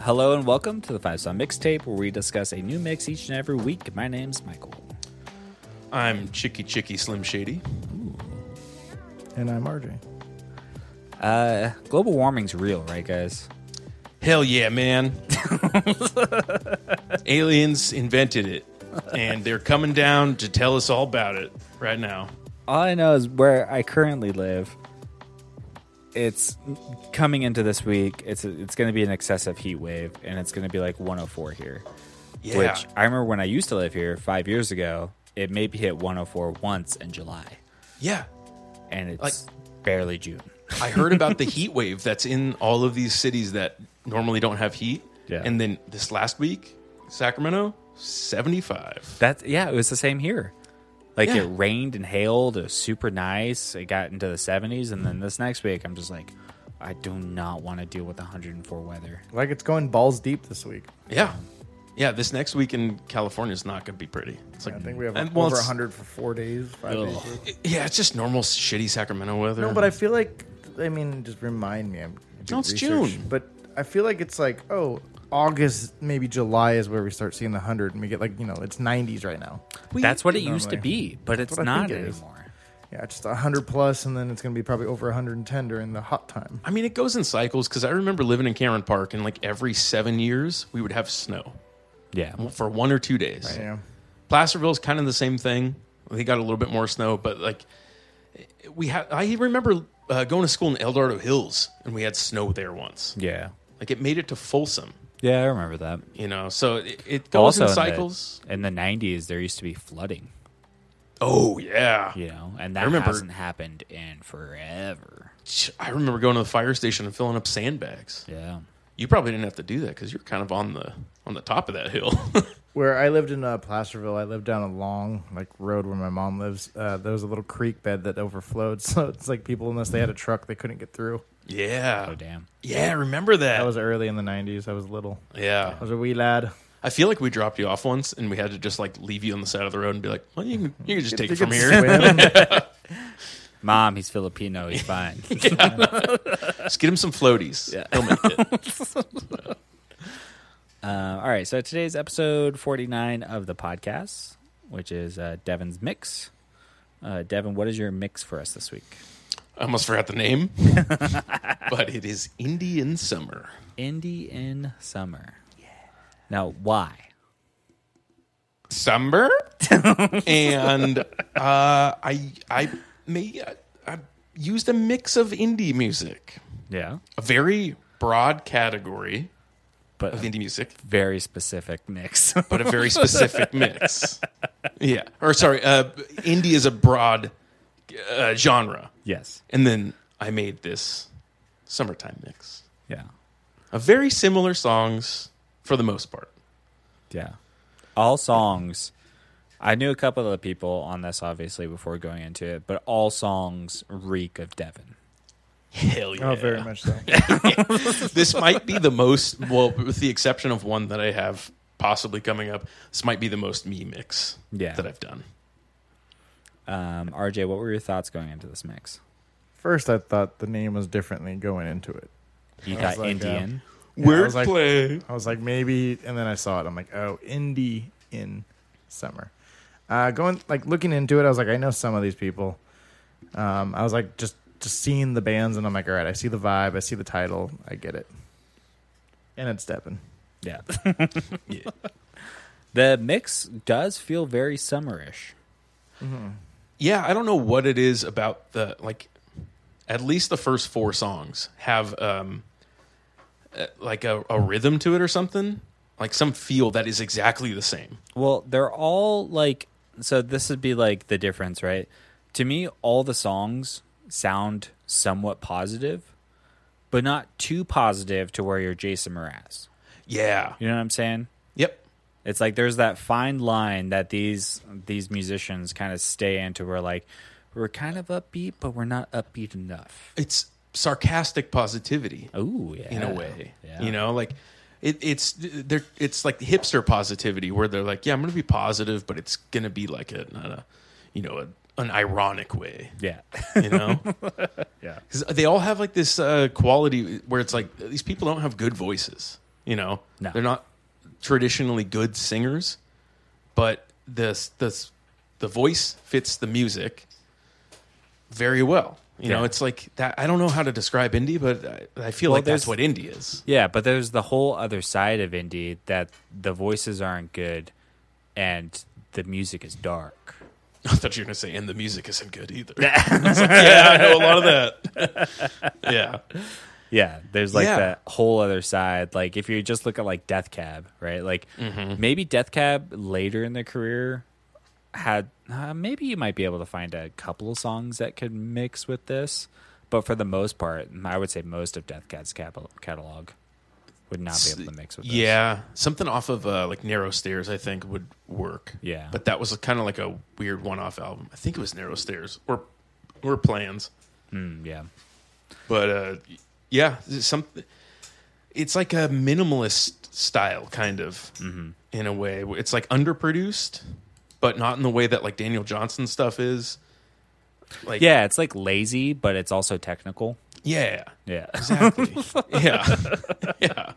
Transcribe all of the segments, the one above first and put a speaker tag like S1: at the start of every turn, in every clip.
S1: Hello and welcome to the Five Star Mixtape, where we discuss a new mix each and every week. My name's Michael.
S2: I'm Chicky Chicky Slim Shady.
S3: And I'm RJ.
S1: Uh, global warming's real, right, guys?
S2: Hell yeah, man. Aliens invented it, and they're coming down to tell us all about it right now.
S1: All I know is where I currently live. It's coming into this week. It's it's going to be an excessive heat wave, and it's going to be like 104 here.
S2: Yeah.
S1: Which I remember when I used to live here five years ago. It maybe hit 104 once in July,
S2: Yeah.
S1: and it's
S2: Like-
S1: barely June.
S2: I heard about the heat wave that's in all of these cities that normally don't have heat.
S1: Yeah.
S2: And then this last week, Sacramento, 75.
S1: That's yeah, it was the same here. Like
S2: Yeah.
S1: it rained and hailed, it was super nice. It got into the seventies, and then this next week, I'm just like, I do not want to deal with 104 weather.
S3: Like it's going balls deep this week.
S2: Yeah. Yeah, this next week in California is not going to be pretty. It's like
S3: I think we have
S2: and,
S3: over
S2: well,
S3: over
S2: it's-
S3: 100 for four days, five days.
S2: Yeah, it's just normal shitty Sacramento weather.
S3: No, but I feel like, I mean, just remind me. I'm
S2: No, it's June.
S3: But I feel like it's like, oh, August, maybe July is where we start seeing the 100, and we get like, you know, it's 90s right now.
S1: That's what it used to be, but it's
S3: what I
S1: not
S3: think it is.
S1: anymore.
S3: Yeah, just 100 plus, and then it's going to be probably over 110 during the hot time.
S2: I mean, it goes in cycles because I remember living in Cameron Park, and like every seven years, we would have snow
S1: Yeah,
S2: for one or two days.
S3: Yeah.
S2: Placerville's kind of the same thing. They got a little bit more snow, but like we had, I remember uh, going to school in El Dorado Hills, and we had snow there once.
S1: yeah,
S2: Like it made it to Folsom,
S1: yeah. I remember that.
S2: you know. So it, it goes in
S1: the-
S2: cycles.
S1: in the nineties, there used to be flooding.
S2: oh yeah.
S1: You know, and that
S2: remember-
S1: hasn't happened in forever.
S2: I remember going to the fire station and filling up sandbags.
S1: Yeah,
S2: You probably didn't have to do that because you're kind of on the on the top of that hill.
S3: Where I lived in uh, Placerville, I lived down a long like road where my mom lives. Uh, there was a little creek bed that overflowed, so it's like people, unless they had a truck, they couldn't get through.
S2: yeah.
S1: oh damn.
S2: Yeah, I remember that.
S3: That was early in the '90s. I was little.
S2: yeah.
S3: I was a wee lad.
S2: I feel like we dropped you off once and we had to just like leave you on the side of the road and be like, well, you can, you can just take it
S3: You could
S2: from here.
S3: swim.
S1: Mom, he's Filipino. He's fine.
S2: Just get him some floaties.
S1: Yeah.
S2: He'll make it.
S1: Uh, all right, so today's episode 49 of the podcast, which is uh, Devin's Mix. Uh, Devin, what is your mix for us this week?
S2: I almost forgot the name, but it is Indian Summer.
S1: Indie in Summer. Yeah. Now, why?
S2: Summer? and uh, I, I, may, I, I used a mix of indie music,
S1: Yeah.
S2: a very broad category
S1: But
S2: of
S1: a
S2: indie music,
S1: very specific mix.
S2: but a very specific mix. Yeah. Or sorry, uh, indie is a broad uh, genre.
S1: yes.
S2: And then I made this summertime mix
S1: Yeah.
S2: of very similar songs for the most part.
S1: Yeah. All songs. I knew a couple of the people on this, obviously, before going into it, but all songs reek of Devin.
S2: Hell yeah.
S3: oh, very much so.
S2: This might be the most, well, with the exception of one that I have possibly coming up, this might be the most me mix
S1: Yeah.
S2: that I've done.
S1: Um, RJ, what were your thoughts going into this mix?
S3: First, I thought the name was differently going into it.
S1: You
S3: I was
S1: thought
S3: like, uh,
S1: Indian?
S3: Yeah, I was like-
S2: Wordplay.
S3: I was like, maybe, and then I saw it. I'm like, oh, indie in summer. Uh, going like looking into it, I was like, I know some of these people. Um, I was like, just just seeing the bands, and I'm like, all right, I see the vibe, I see the title, I get it. And it's Devin.
S1: yeah.
S2: Yeah.
S1: The mix does feel very summerish.
S2: yeah i don't know what it is about the like at least the first four songs have um uh, like a, a rhythm to it or something like some feel that is exactly the same
S1: Well, they're all like so this would be like the difference, right? To me, all the songs sound somewhat positive, but not too positive to where you're Jason Mraz.
S2: yeah
S1: You know what I'm saying?
S2: yep
S1: It's like there's that fine line that these these musicians kind of stay into where like we're kind of upbeat, but we're not upbeat enough.
S2: it's sarcastic positivity
S1: Oh yeah.
S2: in a way
S1: Yeah.
S2: you know like it, it's they're it's like hipster positivity where they're like yeah i'm gonna be positive but it's gonna be like a, not a you know a, an ironic way
S1: Yeah.
S2: you know
S1: yeah.
S2: 'Cause they all have like this uh, quality where it's like these people don't have good voices You know,
S1: No.
S2: they're not traditionally good singers, but this this the voice fits the music very well. You know,
S1: Yeah.
S2: it's like that. I don't know how to describe indie, but I, I feel
S1: Well,
S2: like that's
S1: there's-
S2: what indie is.
S1: Yeah, but there's the whole other side of indie that the voices aren't good and the music is dark.
S2: I thought you were going to say, and the music isn't good either. I was like, yeah, I know a lot of that. yeah,
S1: Yeah, there's like
S2: Yeah.
S1: that whole other side. Like if you just look at like Death Cab, right? Like maybe Death Cab later in their career had uh, maybe you might be able to find a couple of songs that could mix with this, but for the most part, I would say most of Death Cab's catal- catalog would not be able to mix with. This.
S2: yeah. Something off of uh, like Narrow Stairs, I think, would work.
S1: Yeah.
S2: but that was kind of like a weird one-off album. I think it was Narrow Stairs or or Plans.
S1: Mm, yeah,
S2: but uh, yeah, some it's like a minimalist style kind of
S1: Mm-hmm.
S2: in a way. It's like underproduced, but not in the way that like Daniel Johnson stuff is. Like
S1: yeah. It's like lazy, but it's also technical.
S2: yeah,
S1: Yeah,
S2: exactly, yeah, yeah.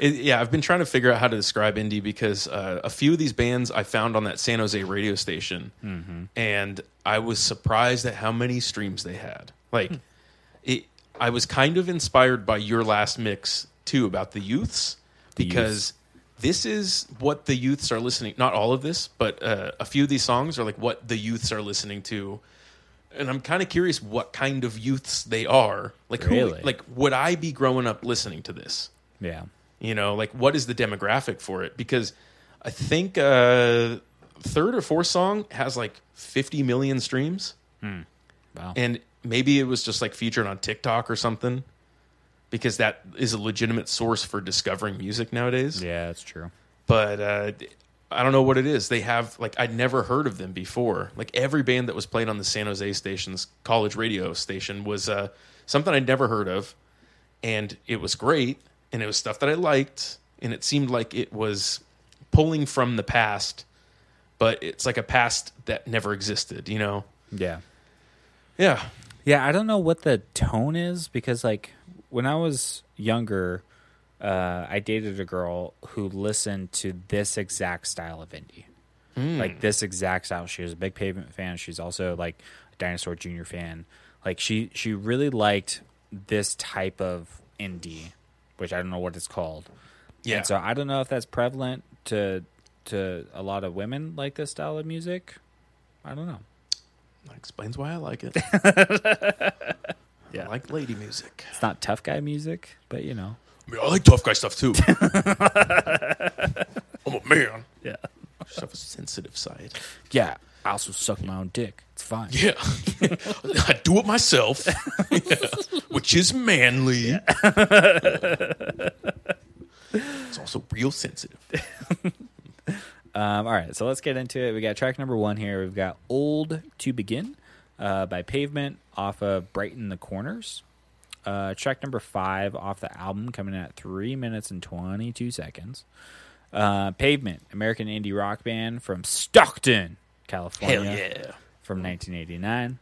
S2: It, yeah, I've been trying to figure out how to describe indie because uh, a few of these bands I found on that San Jose radio station, and I was surprised at how many streams they had. Like, it, I was kind of inspired by your last mix too about the youths because this is what the youths are listening. Not all of this, but uh, a few of these songs are like what the youths are listening to, and I'm kind of curious what kind of youths they are. Like,
S1: Really?
S2: who, like would I be growing up listening to this?
S1: yeah.
S2: You know, like what is the demographic for it? Because I think uh, third or fourth song has like 50 million streams.
S1: Hmm. Wow.
S2: And maybe it was just like featured on TikTok or something because that is a legitimate source for discovering music nowadays.
S1: Yeah, that's true.
S2: But uh, I don't know what it is. They have, like, I'd never heard of them before. Like, every band that was played on the San Jose station's college radio station was uh, something I'd never heard of. And it was great. And it was stuff that I liked. And it seemed like it was pulling from the past, but it's like a past that never existed, you know?
S1: Yeah.
S2: Yeah.
S1: Yeah, I don't know what the tone is because like when I was younger, uh, I dated a girl who listened to this exact style of indie. Like this exact style. She was a big pavement fan. She's also like a dinosaur junior fan. Like she she really liked this type of indie, which I don't know what it's called.
S2: Yeah.
S1: And so I don't know if that's prevalent to to a lot of women like this style of music. I don't know.
S2: That explains why I like it.
S1: Yeah.
S2: I like lady music.
S1: It's not tough guy music, but you know.
S2: I mean, I like tough guy stuff too. I'm a man.
S1: Yeah.
S2: Just have a sensitive side.
S1: Yeah, I also suck my own dick. It's fine.
S2: Yeah. I do it myself, Yeah. which is manly. it's also real sensitive.
S1: Um, all right, so let's get into it. We got track number one here. We've got "Old to Begin" uh, by Pavement off of Brighten the Corners. Uh, track number five off the album, coming in at three minutes and twenty-two seconds. Uh, Pavement, American indie rock band from Stockton, California.
S2: Hell yeah.
S1: from 1989.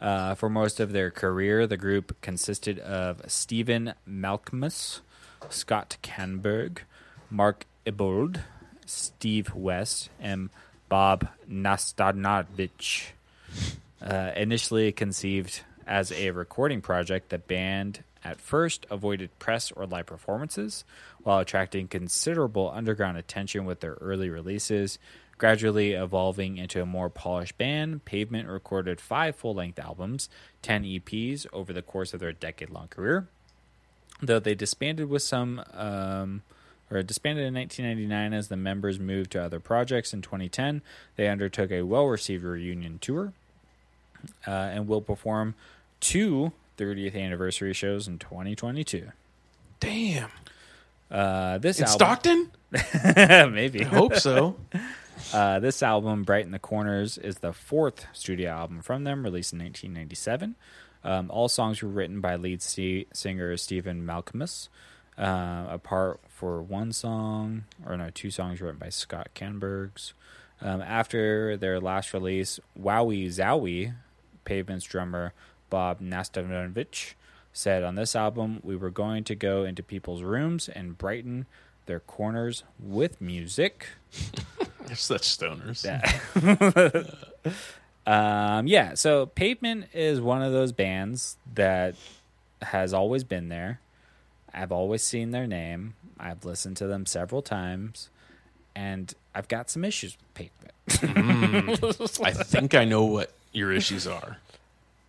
S1: Uh, for most of their career, the group consisted of Stephen Malcolmus, Scott Canberg, Mark Ibold, Steve West, and Bob Nastanovich. Uh, initially conceived as a recording project, the band at first avoided press or live performances while attracting considerable underground attention with their early releases. Gradually evolving into a more polished band, Pavement recorded five full length albums, 10 EPs over the course of their decade long career though they disbanded with some um, or disbanded in 1999 as the members moved to other projects in 2010 they undertook a well-received reunion tour uh, and will perform two 30th anniversary shows in 2022
S2: Damn.
S1: uh, this
S2: In
S1: album
S2: Stockton?
S1: maybe
S2: I hope so.
S1: Uh, this album, Bright in the Corners, is the fourth studio album from them, released in 1997. Um, all songs were written by lead si- singer Stephen Malcolmus, uh, apart for one song, or no, two songs written by Scott Canbergs. Um, after their last release, Wowie Zowie, Pavement's drummer Bob Nastanovich said on this album, we were going to go into people's rooms and brighten their corners with music.
S2: They're such stoners.
S1: Um, yeah, so Pavement is one of those bands that has always been there. I've always seen their name. I've listened to them several times, and I've got some issues with Pavement.
S2: I think I know what your issues are,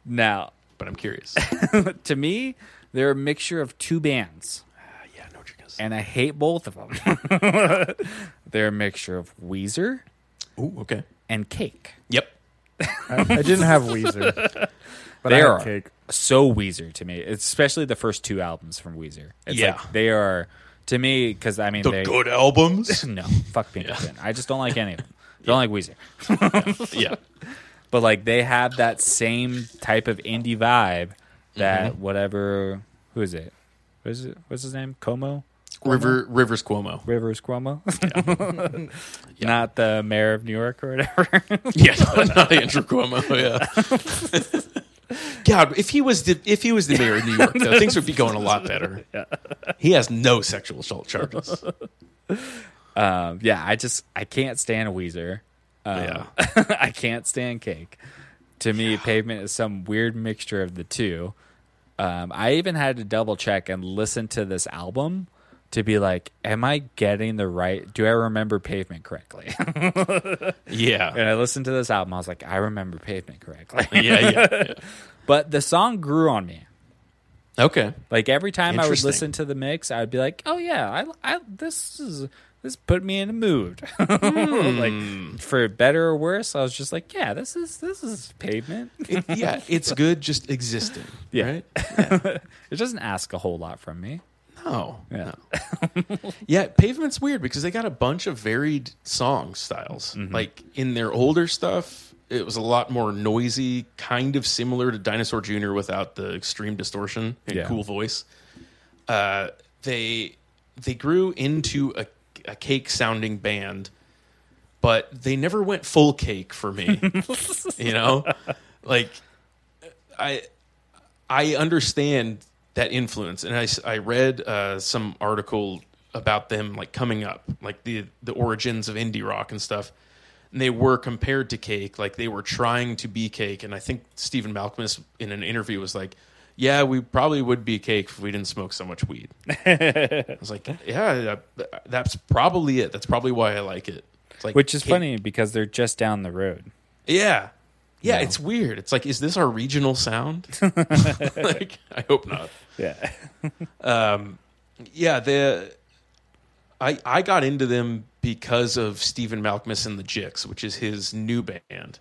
S1: Now,
S2: but I'm curious.
S1: to me, they're a mixture of two bands,
S2: yeah, I know what you're gonna say.
S1: and I hate both of them. they're a mixture of Weezer
S2: Ooh, okay.
S1: and Cake.
S2: Yep.
S3: I, I didn't have Weezer, but
S1: They
S3: I had
S1: are.
S3: Cake.
S1: so Weezer to me, especially the first two albums from Weezer. It's
S2: Yeah.
S1: like they are to me because I mean
S2: The
S1: they
S2: good albums.
S1: no fuck Pink Floyd. I just don't like any of them. Don't like Weezer,
S2: yeah.
S1: but like they have that same type of indie vibe that whatever who is it? What is it? What's his name? Como
S2: River Rivers Cuomo.
S1: Rivers Cuomo, not the mayor of New York or whatever.
S2: Yeah, not Andrew Cuomo. Yeah. God, if he was the if he was the mayor of New York, though, things would be going a lot better. He has no sexual assault charges.
S1: Um, yeah, I just I can't stand Weezer.
S2: Uh,
S1: Um, I can't stand cake. To me, pavement is some weird mixture of the two. Um, I even had to double check and listen to this album to be like, am I getting the right? Do I remember pavement correctly?
S2: Yeah.
S1: and I listened to this album. I was like, I remember pavement correctly.
S2: Yeah. Yeah. yeah.
S1: but the song grew on me.
S2: Okay.
S1: Like every time I would
S2: Interesting.
S1: listen to the mix, I would be like, "Oh yeah, I, I this is this put me in a mood." like for better or worse, I was just like, "Yeah, this is this is pavement."
S2: It- yeah, it's good just existing.
S1: Yeah.
S2: Right?
S1: It doesn't ask a whole lot from me.
S2: No.
S1: Yeah.
S2: no. yeah, Pavement's weird because they got a bunch of varied song styles. Like in their older stuff, it was a lot more noisy, kind of similar to Dinosaur Jr. without the extreme distortion and
S1: Yeah.
S2: cool voice. Uh, they they grew into a, a cake sounding band, but they never went full cake for me. you know? Like I I understand that influence, and I, s- I read uh, some article about them like coming up, like the the origins of indie rock and stuff. And they were compared to Cake, like they were trying to be Cake, and I think Stephen Malcolmus in an interview was like, "Yeah, we probably would be Cake if we didn't smoke so much weed." I was like, "Yeah, that, that's probably it. That's probably why I like it." It's like,
S1: Which is
S2: Cake-
S1: funny because they're just down the road.
S2: yeah. Yeah, it's weird. It's like, is this our regional sound? like, I hope not. Um,
S1: Yeah.
S2: Yeah, the I I got into them because of Stephen Malkmus and the Jicks, which is his new band.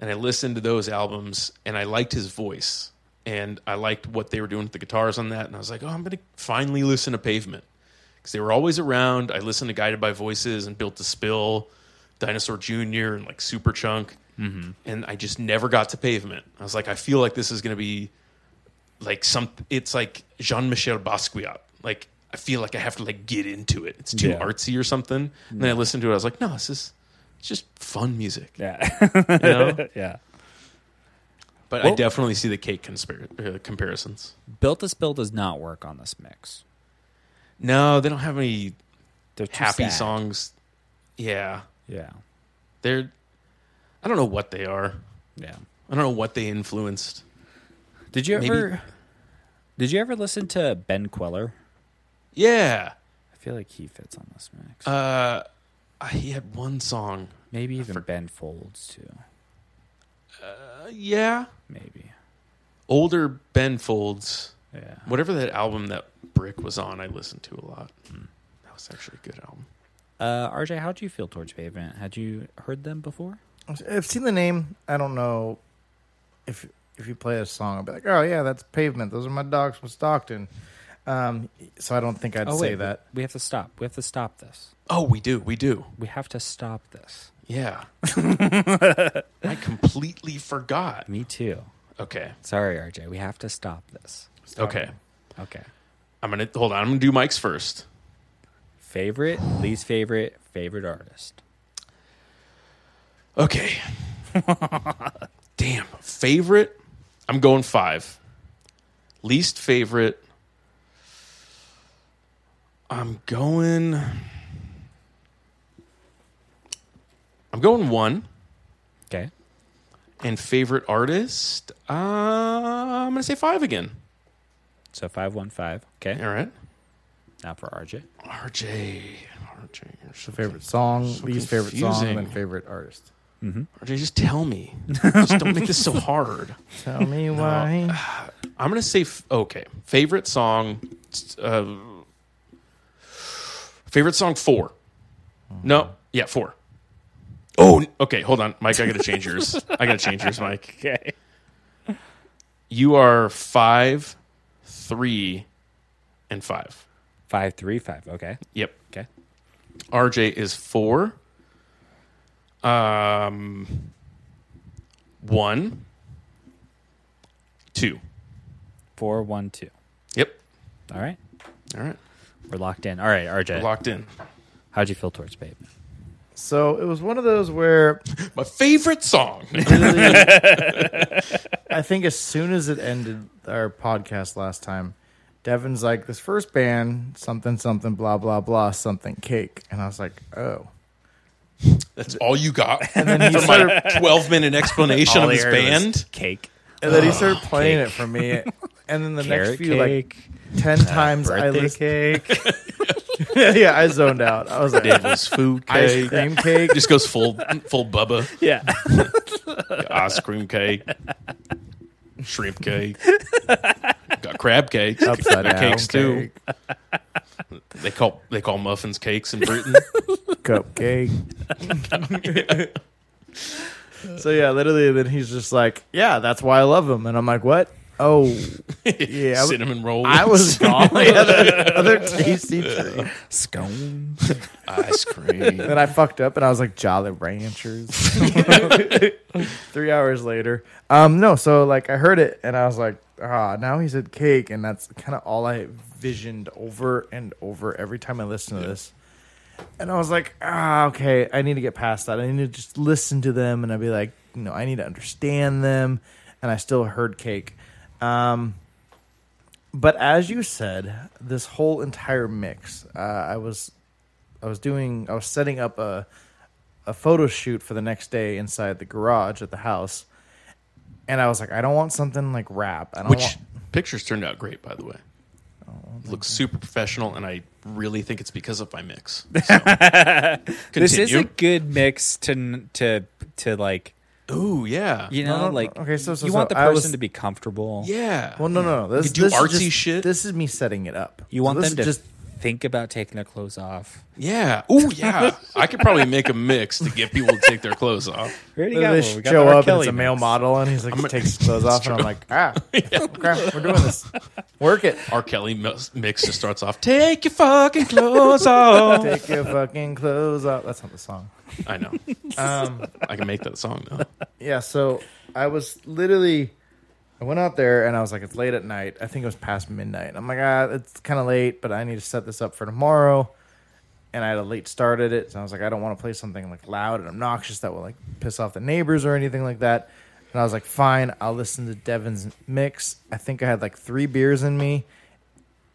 S2: And I listened to those albums and I liked his voice and I liked what they were doing with the guitars on that and I was like, "Oh, I'm going to finally listen to Pavement." Cuz they were always around. I listened to Guided by Voices and Built to Spill, Dinosaur Jr. and like Superchunk. And I just never got to Pavement. I was like, I feel like this is going to be like some it's like Jean-Michel Basquiat. Like I feel like I have to like get into it. It's too
S1: Yeah.
S2: artsy or something. And then I listened to it. I was like, no, this is it's just fun music.
S1: Yeah.
S2: You know?
S1: yeah.
S2: but I definitely see the cake conspira- uh, comparisons.
S1: Built to Spill does not work on this mix.
S2: No, they don't have any
S1: They're too
S2: happy
S1: sad.
S2: songs. Yeah,
S1: Yeah.
S2: they're. I don't know what they are.
S1: Yeah.
S2: I don't know what they influenced.
S1: Did you
S2: Maybe-
S1: ever Did you ever listen to Ben Queller?
S2: Yeah,
S1: I feel like he fits on this mix.
S2: uh, I- he had one song.
S1: Maybe even Ben Folds too.
S2: Uh, yeah,
S1: Maybe.
S2: older Ben Folds.
S1: Yeah.
S2: Whatever that album that Brick was on, I listened to a lot. That was actually a good album.
S1: Uh, RJ, how do you feel towards Pavement? Had you heard them before?
S3: I've seen the name. I don't know if if you play a song, I'll be like, oh yeah, that's Pavement. Those are my dogs from Stockton. Um, so I don't think I'd say that.
S1: Oh, We have to stop. We have to stop this.
S2: Oh, we do, we do.
S1: We have to stop this.
S2: Yeah. I completely forgot.
S1: Me too.
S2: Okay.
S1: Sorry, RJ. We have to stop this.
S2: Okay.
S1: Okay.
S2: I'm gonna hold on. I'm gonna do Mike's first.
S1: Favorite, least favorite, favorite artist.
S2: Okay. Damn. Favorite? I'm going five. Least favorite. I'm going. I'm going one.
S1: Okay.
S2: And favorite artist, uh, I'm gonna say five again.
S1: So 515. Okay.
S2: All right,
S1: Now for RJ.
S2: RJ, RJ, you're so
S3: Favorite song, least favorite song, and then
S2: confusing.
S3: favorite artist.
S2: RJ, just tell me. just don't make this so hard.
S3: Tell me why.
S2: I'm gonna say f- okay. Favorite song, uh, favorite song four. No, yeah, four. Oh, n- okay. Hold on, Mike. I gotta change yours. I gotta change yours, Mike.
S1: Okay.
S2: You are five, three, and five.
S1: 535. Okay.
S2: Yep.
S1: Okay.
S2: RJ is four. Um, one, two.
S1: 412.
S2: Yep.
S1: All right.
S2: All right.
S1: We're locked in. All right, RJ.
S2: Locked in.
S1: How'd you feel towards Babe?
S3: So it was one of those where
S2: My favorite song.
S3: really, I think as soon as it ended our podcast last time, Devin's like, this first band, something, something, blah, blah, blah, something, cake. And I was like, oh.
S2: That's all you got
S3: And then he
S2: for
S3: started,
S2: my 12 minute explanation
S1: All
S2: of this
S1: they heard was
S2: band.
S1: Cake.
S3: and then he started playing it for me. And then the next
S1: Carrot
S3: few, like,
S1: cake.
S3: 10 times I
S1: birthday
S3: listened. Cake. yeah, I zoned out. I was like,
S2: Devil's food
S3: ice
S2: cake.
S3: cream cake.
S2: Just goes full full Bubba.
S1: yeah.
S2: Ice cream cake. Shrimp cake. Got crab cakes.
S3: Upside
S2: Got
S3: down
S2: cakes too.
S3: cake,
S2: They call they call muffins cakes in Britain.
S3: cupcake. so yeah, literally, then he's just like, "Yeah, that's why I love him," and I'm like, "What? Oh, yeah, I, w-
S2: Cinnamon rolls.
S3: I was gone. yeah, the other tasty treat.
S1: Scone.
S2: ice cream.
S3: Then I fucked up, and I was like, "Jolly Ranchers." Three hours later, um, no, so like I heard it, and I was like, "Ah, now he said cake," and that's kind of all I visioned over and over every time I listen to this. And I was like, ah, okay, I need to get past that. I need to just listen to them, and I'd be like, you know, I need to understand them. And I still heard Cake. Um, but as you said, this whole entire mix, uh, I was, I was doing, I was setting up a, a photo shoot for the next day inside the garage at the house, and I was like, I don't want something like rap. I don't
S2: Which
S3: want-
S2: pictures turned out great, by the way. Looks super professional, and I really think it's because of my mix. So.
S1: This is a
S2: Continue.
S1: good mix to to to like
S2: Ooh, yeah.
S1: you
S3: No,
S1: know
S3: no, no.
S1: like
S3: Okay, so- so-
S1: you
S3: so
S1: want the
S3: I
S1: person
S3: was-
S1: to be comfortable.
S2: Yeah.
S3: Well, no, no, no. This,
S2: You do
S3: this is
S2: artsy
S3: just-
S2: shit.
S3: This is me setting it up.
S1: You
S3: So
S1: want
S3: this
S1: them
S3: is
S1: to
S3: just
S1: think about taking their clothes off.
S2: Yeah. Ooh, yeah. I could probably make a mix to get people to take their clothes off.
S1: We already
S3: They
S1: one.
S3: sh-
S1: We got the
S3: show
S1: R.
S3: up and
S1: Kelly
S3: it's a male
S1: mix.
S3: model and he's like he
S2: gonna-
S3: takes his clothes off and I'm like ah okay we're doing this work it
S2: R. Kelly mix mix just starts off. Take your fucking clothes off.
S3: take your fucking clothes off that's not the song
S2: I know.
S3: um
S2: I can make that song though.
S3: yeah so I was literally I went out there and I was like it's late at night I think it was past midnight I'm like ah it's kind of late but I need to set this up for tomorrow and I had a late start at it so I was like I don't want to play something like loud and obnoxious that will like piss off the neighbors or anything like that and I was like fine I'll listen to Devin's mix I think I had like three beers in me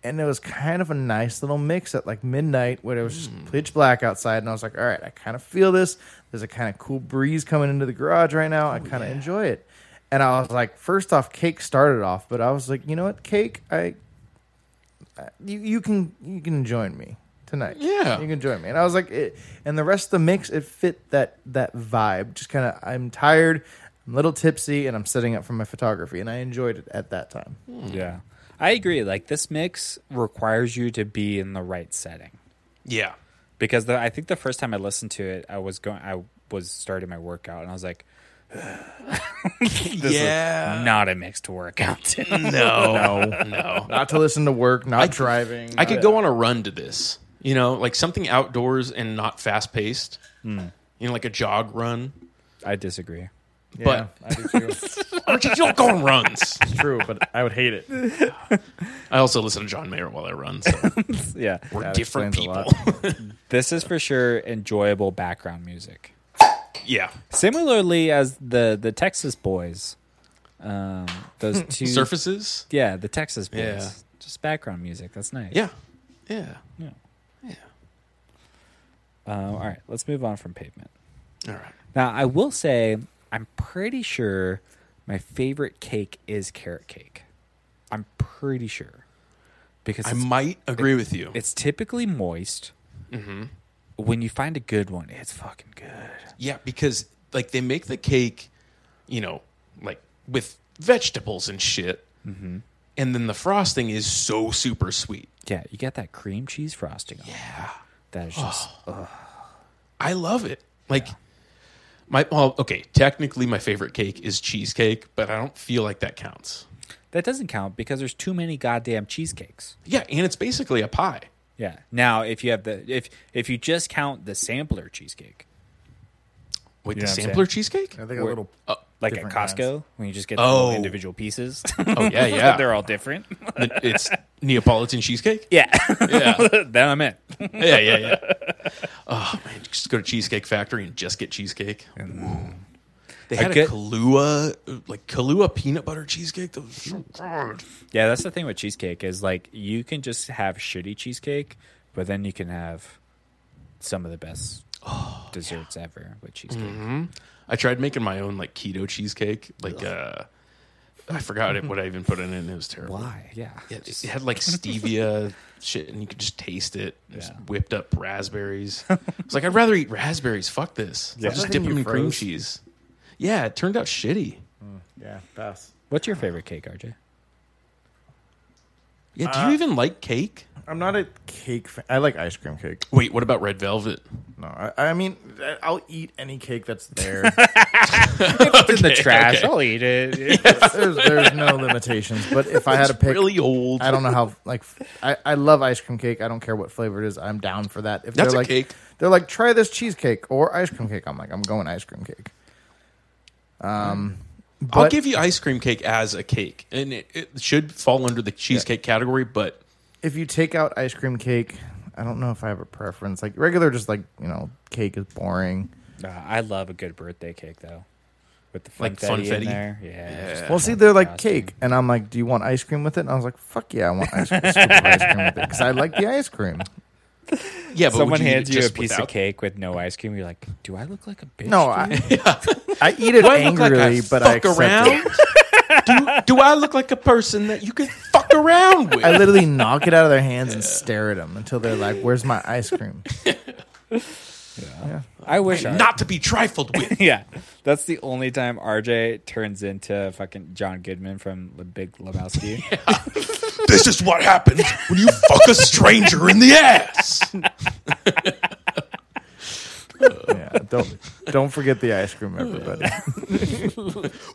S3: and it was kind of a nice little mix at like midnight when it was just pitch black outside and i was like all right i kind of feel this there's a kind of cool breeze coming into the garage right now i kind of enjoy it and i was like first off cake started off but i was like you know what cake i I- you, you can you can join me tonight
S2: Yeah.
S3: you can join me and i was like it, and the rest of the mix it fit that that vibe just kind of i'm tired i'm a little tipsy and i'm setting up for my photography and i enjoyed it at that time
S1: Yeah. I agree. Like this mix requires you to be in the right setting
S2: Yeah.
S1: because the, I think the first time I listened to it, I was going, I was starting my workout and I was like, this
S2: Yeah.
S1: is not a mix to work out to.
S2: No. No.
S3: not to listen to work, not driving.
S2: I could go on a run to this. You know, like something outdoors and not fast paced. You know, like a jog run.
S1: I disagree.
S2: but-
S3: I do too. It's
S2: Aren't you you don't go on runs?
S3: true, but I would hate it.
S2: I also listen to John Mayer while I run. So
S1: Yeah.
S2: we're
S3: That
S2: different
S3: explains a
S2: people.
S1: This is for sure enjoyable background music.
S2: yeah.
S1: Similarly as the the Texas Boys. Um, those two
S2: Surfaces.
S1: Yeah, the Texas boys.
S2: Yeah.
S1: Just background music. That's nice.
S2: Yeah. Yeah.
S1: Yeah.
S2: Yeah.
S1: Um, all right, let's move on from Pavement.
S2: All right.
S1: Now, I will say, I'm pretty sure my favorite cake is carrot cake. I'm pretty sure because
S2: I
S1: it's,
S2: might agree with you.
S1: it's typically moist. When you find a good one, it's fucking good.
S2: Yeah, because like they make the cake, you know, like with vegetables and shit, Mm-hmm. and then the frosting is so super sweet.
S1: Yeah, you got that cream cheese frosting on. it.
S2: Yeah,
S1: That is just
S2: I love it. Like my well, okay, technically my favorite cake is cheesecake, but I don't feel like that counts.
S1: that doesn't count because there's too many goddamn cheesecakes.
S2: Yeah, and it's basically a pie.
S1: Yeah. Now, if you have the if if you just count the sampler cheesecake,
S2: Wait,
S3: You
S2: the
S3: know what I'm
S2: sampler cheesecake?
S3: I think a
S1: We're-
S3: little.
S1: like
S3: Different
S1: at
S3: kinds.
S1: Costco, when you just get the little
S2: Oh.
S1: individual pieces,
S2: Oh yeah, yeah.
S1: they're all different.
S2: it's Neapolitan cheesecake.
S1: yeah,
S2: Yeah,
S1: that I'm in.
S2: yeah, yeah, yeah. Oh man, just go to Cheesecake Factory and just get cheesecake. They had a,
S1: get-
S2: Kahlua, like Kahlua peanut butter cheesecake. That was so good.
S1: Yeah, that's the thing with cheesecake is like you can just have shitty cheesecake, but then you can have some of the best
S2: Oh,
S1: desserts ever with cheesecake.
S2: Mm-hmm. I tried making my own like keto cheesecake. Like uh, I forgot it, what I even put in it. and It was terrible.
S1: Why? Yeah,
S2: It,
S1: just-
S2: it had like stevia shit, and you could just taste it. It was
S1: Yeah.
S2: whipped up raspberries. I was like, I'd rather eat raspberries. Fuck this.
S3: Yeah.
S2: I'll just
S3: That
S2: dip
S3: thing
S2: them
S3: you
S2: in cream
S3: froze?
S2: cheese. Yeah, it turned out shitty.
S3: Yeah, pass.
S1: What's your favorite cake, RJ?
S2: Yeah,
S3: Uh,
S2: do you even like cake?
S3: I'm not a cake. Fan. I like ice cream cake.
S2: Wait, what about red velvet?
S3: No, I, I mean, I'll eat any cake that's there.
S1: It's in the trash.
S2: okay.
S1: I'll eat it.
S3: there's, there's no limitations. But if I had to pick,
S2: really old.
S3: I don't know how. Like, I, I love ice cream cake. I don't care what flavor it is. I'm down for that. If
S2: That's
S3: they're
S2: a
S3: like,
S2: cake.
S3: they're like, try this cheesecake or ice cream cake. I'm like, I'm going ice cream cake. Um, but,
S2: I'll give you ice cream cake as a cake, and it, it should fall under the cheesecake category. But
S3: if you take out ice cream cake, I don't know if I have a preference. Like regular, just like you know, cake is boring.
S1: Uh, I love a good birthday cake though, with the
S2: Like
S1: funfetti, like
S2: funfetti?
S1: in there. Yeah, just
S3: Well, see, they're like cake, and I'm like, "Do you want ice cream with it?" And I was like, "Fuck yeah, I want ice cream, stupid ice cream with it because I like the ice cream."
S2: yeah, but would
S1: Someone
S2: you eat
S1: hands
S2: it
S1: you a
S2: just
S1: piece
S2: without-
S1: of cake with no ice cream. You're like, do I look like a bitch?
S3: No,
S1: dude?"
S3: I, I eat it
S2: Do I look like
S3: angrily,
S2: I
S3: but I
S2: fuck
S3: accept
S2: around?
S3: it.
S2: do, do I look like a person that you could fuck around with?
S3: I literally knock it out of their hands and stare at them until they're like, "Where's my ice cream?"
S1: I wish I,
S2: Not to be trifled with.
S1: Yeah, that's the only time RJ turns into fucking John Goodman from The Big Lebowski.
S2: this is what happens when you fuck a stranger in the ass.
S3: Yeah, don't don't forget the ice cream, everybody.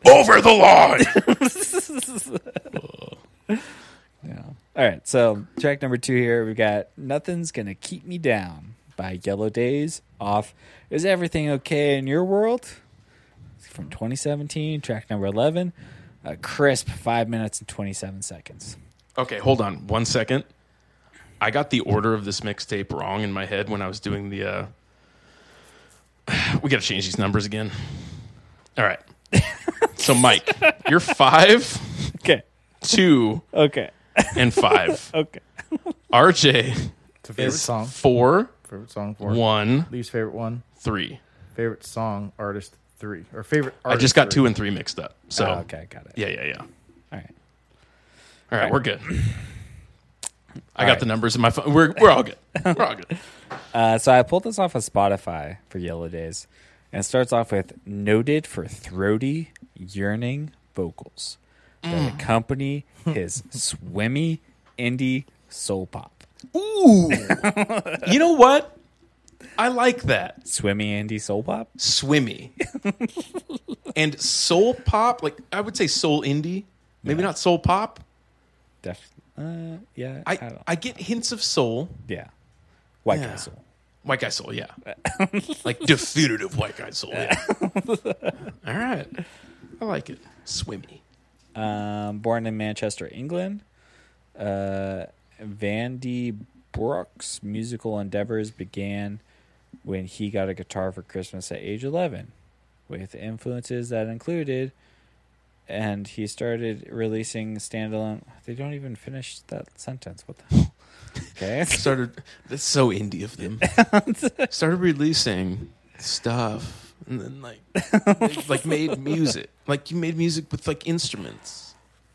S2: Over the line.
S1: Yeah. All right, so track number two here, we got "Nothing's Gonna Keep Me Down" by Yellow Days. Off is everything okay in your world? From 2017, track number 11, a crisp five minutes and 27 seconds.
S2: okay, hold on one second. I got the order of this mixtape wrong in my head when I was doing the. uh We got to change these numbers again. All right. so, Mike, you're five,
S1: Okay.
S2: two,
S1: Okay.
S2: and five.
S1: Okay.
S2: RJ
S3: It's a favorite
S2: is
S3: song.
S2: four,
S3: Favorite song for
S2: one,
S3: least favorite one.
S2: three.
S3: Favorite song artist three or favorite.
S2: I
S3: Artist
S2: just got
S3: three.
S2: two and three mixed up. So,
S1: Oh, okay, got it.
S2: yeah, yeah, yeah.
S1: All right.
S2: All right, we're good. I
S1: All
S2: got
S1: right.
S2: the numbers in my phone. We're, we're all good. We're all good.
S1: Uh, so I pulled this off of Spotify for Yellow Days, and it starts off with noted for throaty, yearning vocals that accompany his swimmy indie soul pop.
S2: Ooh. you know what? I like that.
S1: Swimmy indie soul pop?
S2: swimmy and soul pop like i would say soul indie maybe not soul pop
S1: Def- uh, yeah, I,
S2: i
S1: don't.
S2: i get hints of soul
S1: yeah, White
S2: Yeah.
S1: Castle.
S2: white guy soul yeah like definitive white guy soul yeah all right i like it swimmy
S1: Um, born in Manchester, England, uh, Vandy Brooks' musical endeavors began when he got a guitar for Christmas at age 11, with influences that included and he started releasing standalone. They don't even finish that sentence. What the hell? Okay.
S2: Started. That's so indie of them. started releasing stuff, and then like, they, like made music. Like you made music with like instruments,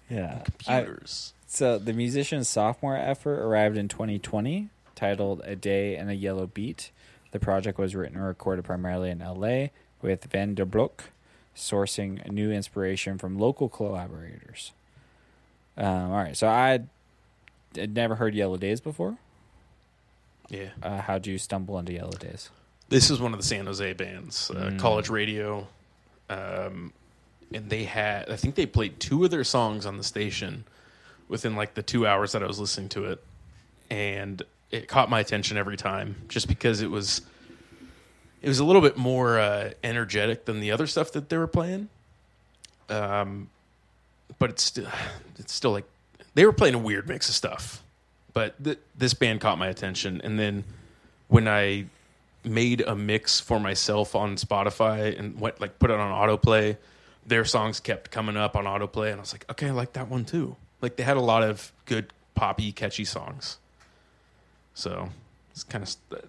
S1: yeah. I-
S2: computers.
S1: So the musician's sophomore effort arrived in 2020, titled "A Day and a Yellow Beat." The project was written and recorded primarily in L.A. with Van der Broek, sourcing new inspiration from local collaborators. Um, all right, so I had never heard Yellow Days before.
S2: yeah,
S1: Uh, how do you stumble into Yellow Days?
S2: this is one of the San Jose bands, uh,
S1: Mm.
S2: college radio, um, and they had I think they played two of their songs on the station within like the two hours that I was listening to it, and it caught my attention every time just because it was it was a little bit more uh, energetic than the other stuff that they were playing, um, but it's still it's still like they were playing a weird mix of stuff, but th- this band caught my attention, and then when I made a mix for myself on Spotify and went like put it on autoplay. Their songs kept coming up on autoplay, and I was like, okay, I like that one too. Like they had a lot of good poppy, catchy songs. So it's kind of.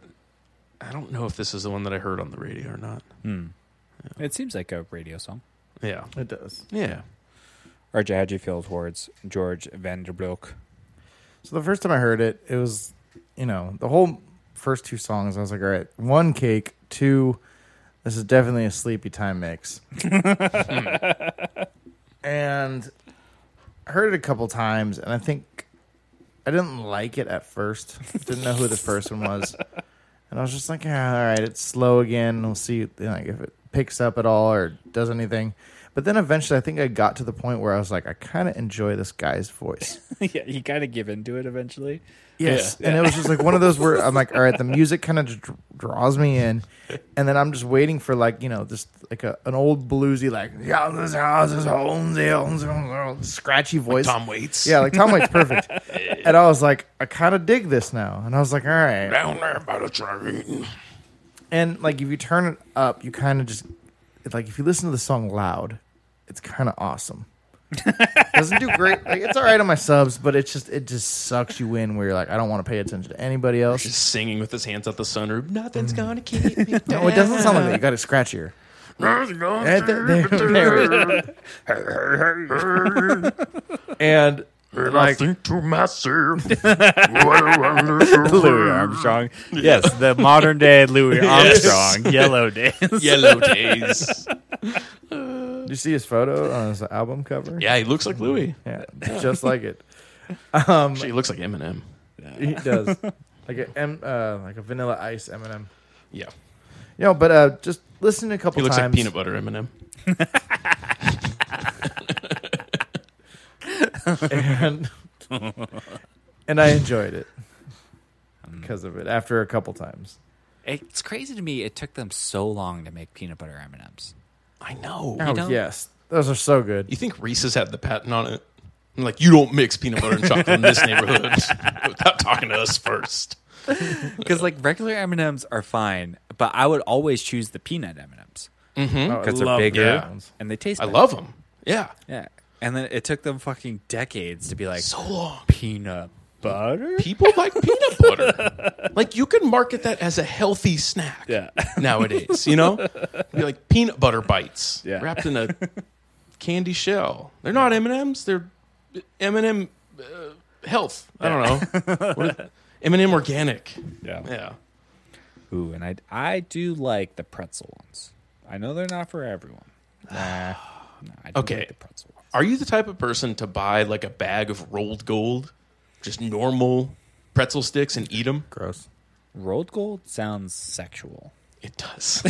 S2: I don't know if this is the one that I heard on the radio or not.
S1: Hmm. It seems like a radio song.
S2: Yeah,
S3: It does.
S2: yeah.
S1: Archie, how do you feel towards George Van der Broek?
S3: So the first time I heard it, it was, you know, the whole first two songs. I was like, all right, one cake, two. This is definitely a sleepy time mix. and I heard it a couple times, and I think I didn't like it at first. didn't know who the first one was, and I was just like, ah, all right, it's slow again. We'll see you know, like if it picks up at all or does anything. But then eventually, I think I got to the point where I was like, I kind of enjoy this guy's voice.
S1: yeah, you kind of give into it eventually.
S3: Yes. And it was just like one of those where I'm like, all right, the music kind of just dr- draws me in. And then I'm just waiting for like, you know, just like a, an old bluesy, like, yeah, this house is home, the home's home," scratchy voice.
S2: Tom Waits.
S3: yeah, like Tom Waits, perfect. and I was like, I kind of dig this now. And I was like, all right.
S2: Down there by the train.
S3: And like, if you turn it up, you kind of just, it's like, if you listen to the song loud, it's kind of awesome. Doesn't do great. Like, it's all right on my subs, but it's just, it just sucks you in where you're like, I don't want to pay attention to anybody else.
S2: Just singing with his hands out the sunroof. Nothing's gonna keep me down.
S3: No, Oh, it doesn't sound like that. You got it scratchier.
S2: Nothing's gonna
S3: Eh, there- there- there- and
S2: And I
S3: like,
S2: think to myself, what a wonderful
S1: Louis Armstrong. Yes, the modern day Louis
S2: Yes.
S1: Armstrong, Yellow Days.
S2: yellow days.
S3: did you see his photo on his album cover?
S2: Yeah, he looks like Louis.
S3: yeah just like it. Um,
S2: Actually, he looks like Eminem.
S3: He does like a M, uh, like a Vanilla Ice Eminem.
S2: Yeah,
S3: You know, but uh, just listen a couple
S2: he looks
S3: times.
S2: like peanut butter Eminem.
S3: and, and I enjoyed it
S2: Um,
S3: because of it. After a couple times,
S1: It's crazy to me. It took them so long to make peanut butter M and M's.
S2: I know.
S3: oh
S1: don't-
S3: yes, those are so good.
S2: You think Reese's had the patent on it? I'm like, you don't mix peanut butter and chocolate in this neighborhood without talking to us first.
S1: Because like regular M and M's are fine, but I would always choose the peanut M and M's
S3: Oh, I
S1: because they're
S3: love
S1: bigger
S3: those ones.
S1: and they taste.
S2: I
S1: better.
S2: love them. Yeah,
S1: Yeah, and then it took them fucking decades to be like
S2: so long.
S1: peanut butter.
S2: People like peanut butter. Like you can market that as a healthy snack.
S1: Yeah.
S2: Nowadays, you know, be like peanut butter bites
S1: Yeah.
S2: wrapped in a candy shell. They're not M and M's. They're M and M health. I don't know. M and M M&M organic.
S1: Yeah.
S2: Yeah.
S1: Ooh, and I I do like the pretzel ones. I know they're not for everyone. Nah. No, I do
S2: Okay.
S1: like the pretzel ones.
S2: Are you the type of person to buy like a bag of rolled gold, just normal pretzel sticks and eat them?
S3: Gross.
S1: Rolled gold sounds sexual.
S2: It does.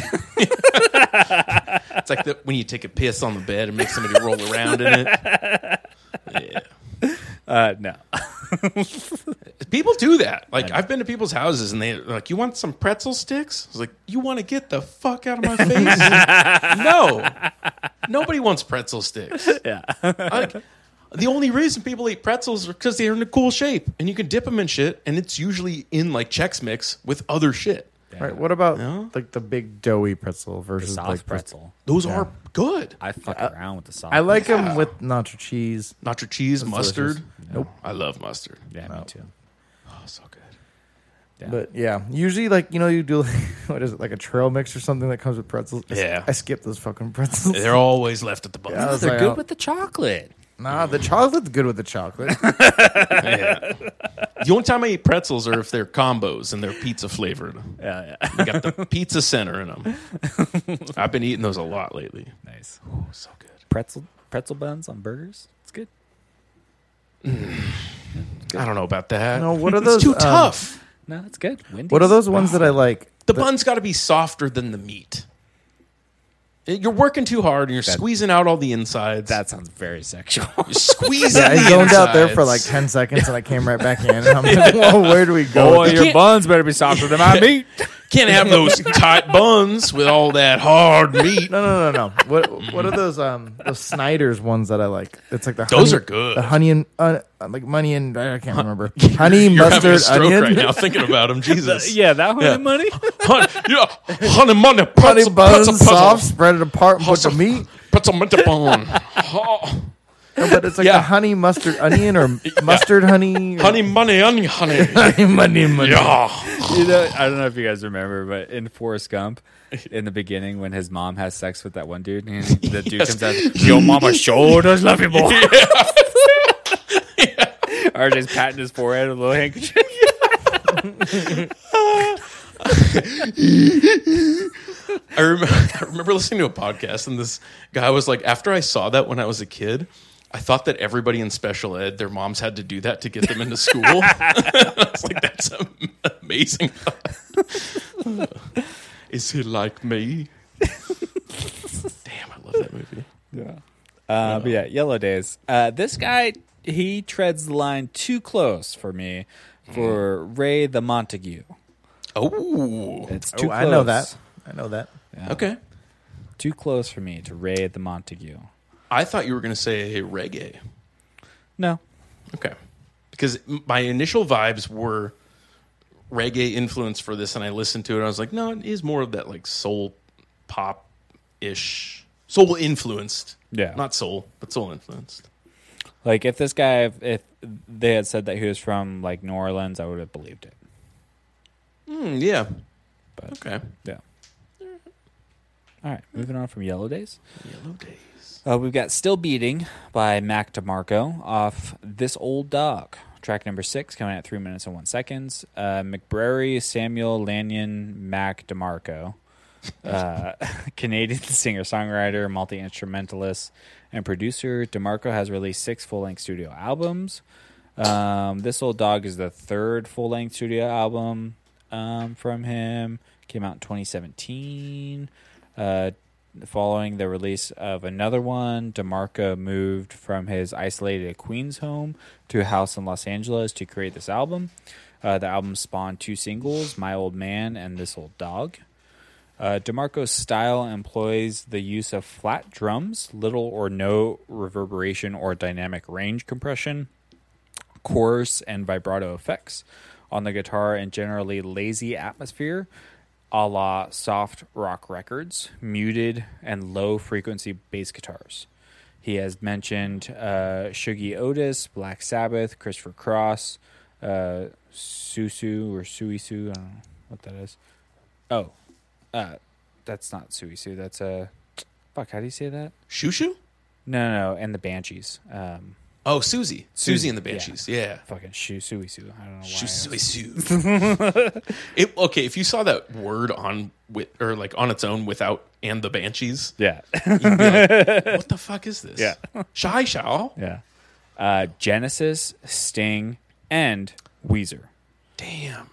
S2: it's like the, when you take a piss on the bed and make somebody roll around in it. Yeah.
S1: Uh, no.
S2: People do that. Like I've been to people's houses and they're like, "You want some pretzel sticks?" I was like, "You want to get the fuck out of my face?" no, nobody wants pretzel sticks.
S1: Yeah.
S2: Like, the only reason people eat pretzels are because they're in a cool shape and you can dip them in shit, and it's usually in like Chex Mix with other shit.
S1: Yeah.
S3: Right. What about
S2: No?
S3: like the big doughy pretzel
S1: The
S3: versus
S1: soft
S3: like pres-
S1: pretzel.
S2: Those are good.
S1: I fuck around with the soft.
S3: I like
S2: Yeah.
S3: them with nacho cheese.
S2: Nacho cheese, mustard.
S3: delicious. Nope.
S2: I love mustard.
S1: pretzel. Yeah, me
S3: No.
S1: too.
S2: Oh, so good.
S1: Yeah.
S3: But yeah, usually like you know you do like, what is it like a trail mix or something that comes with pretzels. I s-
S2: Yeah.
S3: I skip those fucking pretzels.
S2: They're always left at the bottom.
S3: Yeah.
S1: Oh,
S3: was
S1: they're
S3: like,
S1: good
S3: I'll-
S1: with the chocolate.
S3: nah, the chocolate's good with the chocolate.
S2: Yeah. The only time I eat pretzels are if they're combos and they're pizza flavored.
S1: Yeah, yeah.
S2: They got the pizza center in them. I've been eating those a lot lately.
S1: nice.
S2: Oh, so good.
S1: Pretzel pretzel buns on burgers. It's good.
S2: I don't know about that.
S3: No, what are those?
S2: It's too
S3: um,
S2: tough.
S1: No, it's good. Wendy's.
S3: What are those ones that I like?
S2: The, bun's got to be softer than the meat. You're working too hard and you're squeezing out all the insides.
S1: That sounds very sexual.
S2: You're squeezing.
S3: I
S2: the
S3: zoned out there for like
S2: insides.
S3: ten seconds and I came right back in. And I'm like, whoa, where do we go?
S1: Boy,
S3: with
S1: your
S2: can't-
S1: buns better be softer than my meat.
S2: Can't have those tight buns with all that hard meat.
S3: No, no, no, no. What what are those um those Snyder's ones that I like? It's like the
S2: Those
S3: honey-
S2: are good.
S3: The honey and uh, like money and I can't remember
S2: You're having
S3: honey
S2: a
S3: mustard
S2: stroke
S3: onion.
S2: right now thinking about them. Jesus.
S1: yeah, that honey
S2: Yeah.
S1: money.
S2: Honey, yeah, honey, money,
S3: Honey
S2: pretzel,
S3: buns,
S2: pretzel,
S3: soft,
S2: pretzel,
S3: spread it apart and put some meat.
S2: pretzel, pretzel bun. Oh,
S3: No, but it's like
S2: Yeah.
S3: the honey mustard onion or mustard honey. Or
S2: honey, money, onion, honey.
S3: honey, money, money.
S2: Yeah.
S1: you know, I don't know if you guys remember, but in Forrest Gump, in the beginning, when his mom has sex with that one dude, and the dude comes out, "Your mama sure does love you, boy." Or just patting his forehead with a little handkerchief.
S2: I, rem- I remember listening to a podcast, and this guy was like, after I saw that when I was a kid, I thought that everybody in special ed, their moms had to do that to get them into school. I was like, that's am- amazing. Is he like me? Damn, I love that movie.
S1: Yeah. Uh, but yeah, Yellow Days. Uh, this guy, he treads the line too close for me for
S3: Mm-hmm.
S1: Ray the Montague.
S2: Oh,
S1: It's too
S3: Oh,
S1: close.
S3: I know that. I know that.
S2: okay.
S1: Too close for me to Ray the Montague.
S2: I thought you were going to say reggae.
S1: No.
S2: Okay. Because m- my initial vibes were reggae influence for this, and I listened to it. And I was like, no, it is more of that like soul pop ish, soul influenced.
S1: Yeah.
S2: Not soul, but soul influenced.
S1: Like if this guy, if they had said that he was from like New Orleans, I would have believed it.
S2: Mm, yeah.
S1: But-
S2: okay.
S1: Yeah. All right, moving on from Yellow Days.
S2: Yellow Days.
S1: Uh, we've got Still Beating by Mac DeMarco off This Old Dog, track number six, coming at three minutes and one seconds. Uh, McBrary, Samuel, Lanyon, Mac DeMarco. Uh, Canadian singer songwriter, multi instrumentalist, and producer, DeMarco has released six full length studio albums. Um, this Old Dog is the third full length studio album um, from him. Came out in 2017. Uh, following the release of another one, DeMarco moved from his isolated Queens home to a house in Los Angeles to create this album. Uh, the album spawned two singles, My Old Man and This Old Dog. Uh, DeMarco's style employs the use of flat drums, little or no reverberation or dynamic range compression, chorus and vibrato effects on the guitar and generally lazy atmosphere a la soft rock records muted and low frequency bass guitars he has mentioned uh, Shuggy Otis, Black Sabbath, Christopher Cross, uh, Susu or Suisu. I don't know what that is. Oh, uh, that's not Suisu. That's uh, fuck. How do you say that?
S2: Shushu?
S1: No, no, no. And the Banshees. Um,
S2: Oh, Susie. Susie and the
S1: Susie, yeah.
S2: Banshees. Yeah.
S1: fucking Shu Suisu. I don't know why.
S2: Shoo, sui, sui. it, okay, if you saw that word on with or like on its own without and the banshees,
S1: Yeah,
S2: you'd be like, what the fuck is this?
S1: Yeah.
S2: Shy Shao.
S1: yeah. Uh, Genesis, Sting, and Weezer.
S2: Damn.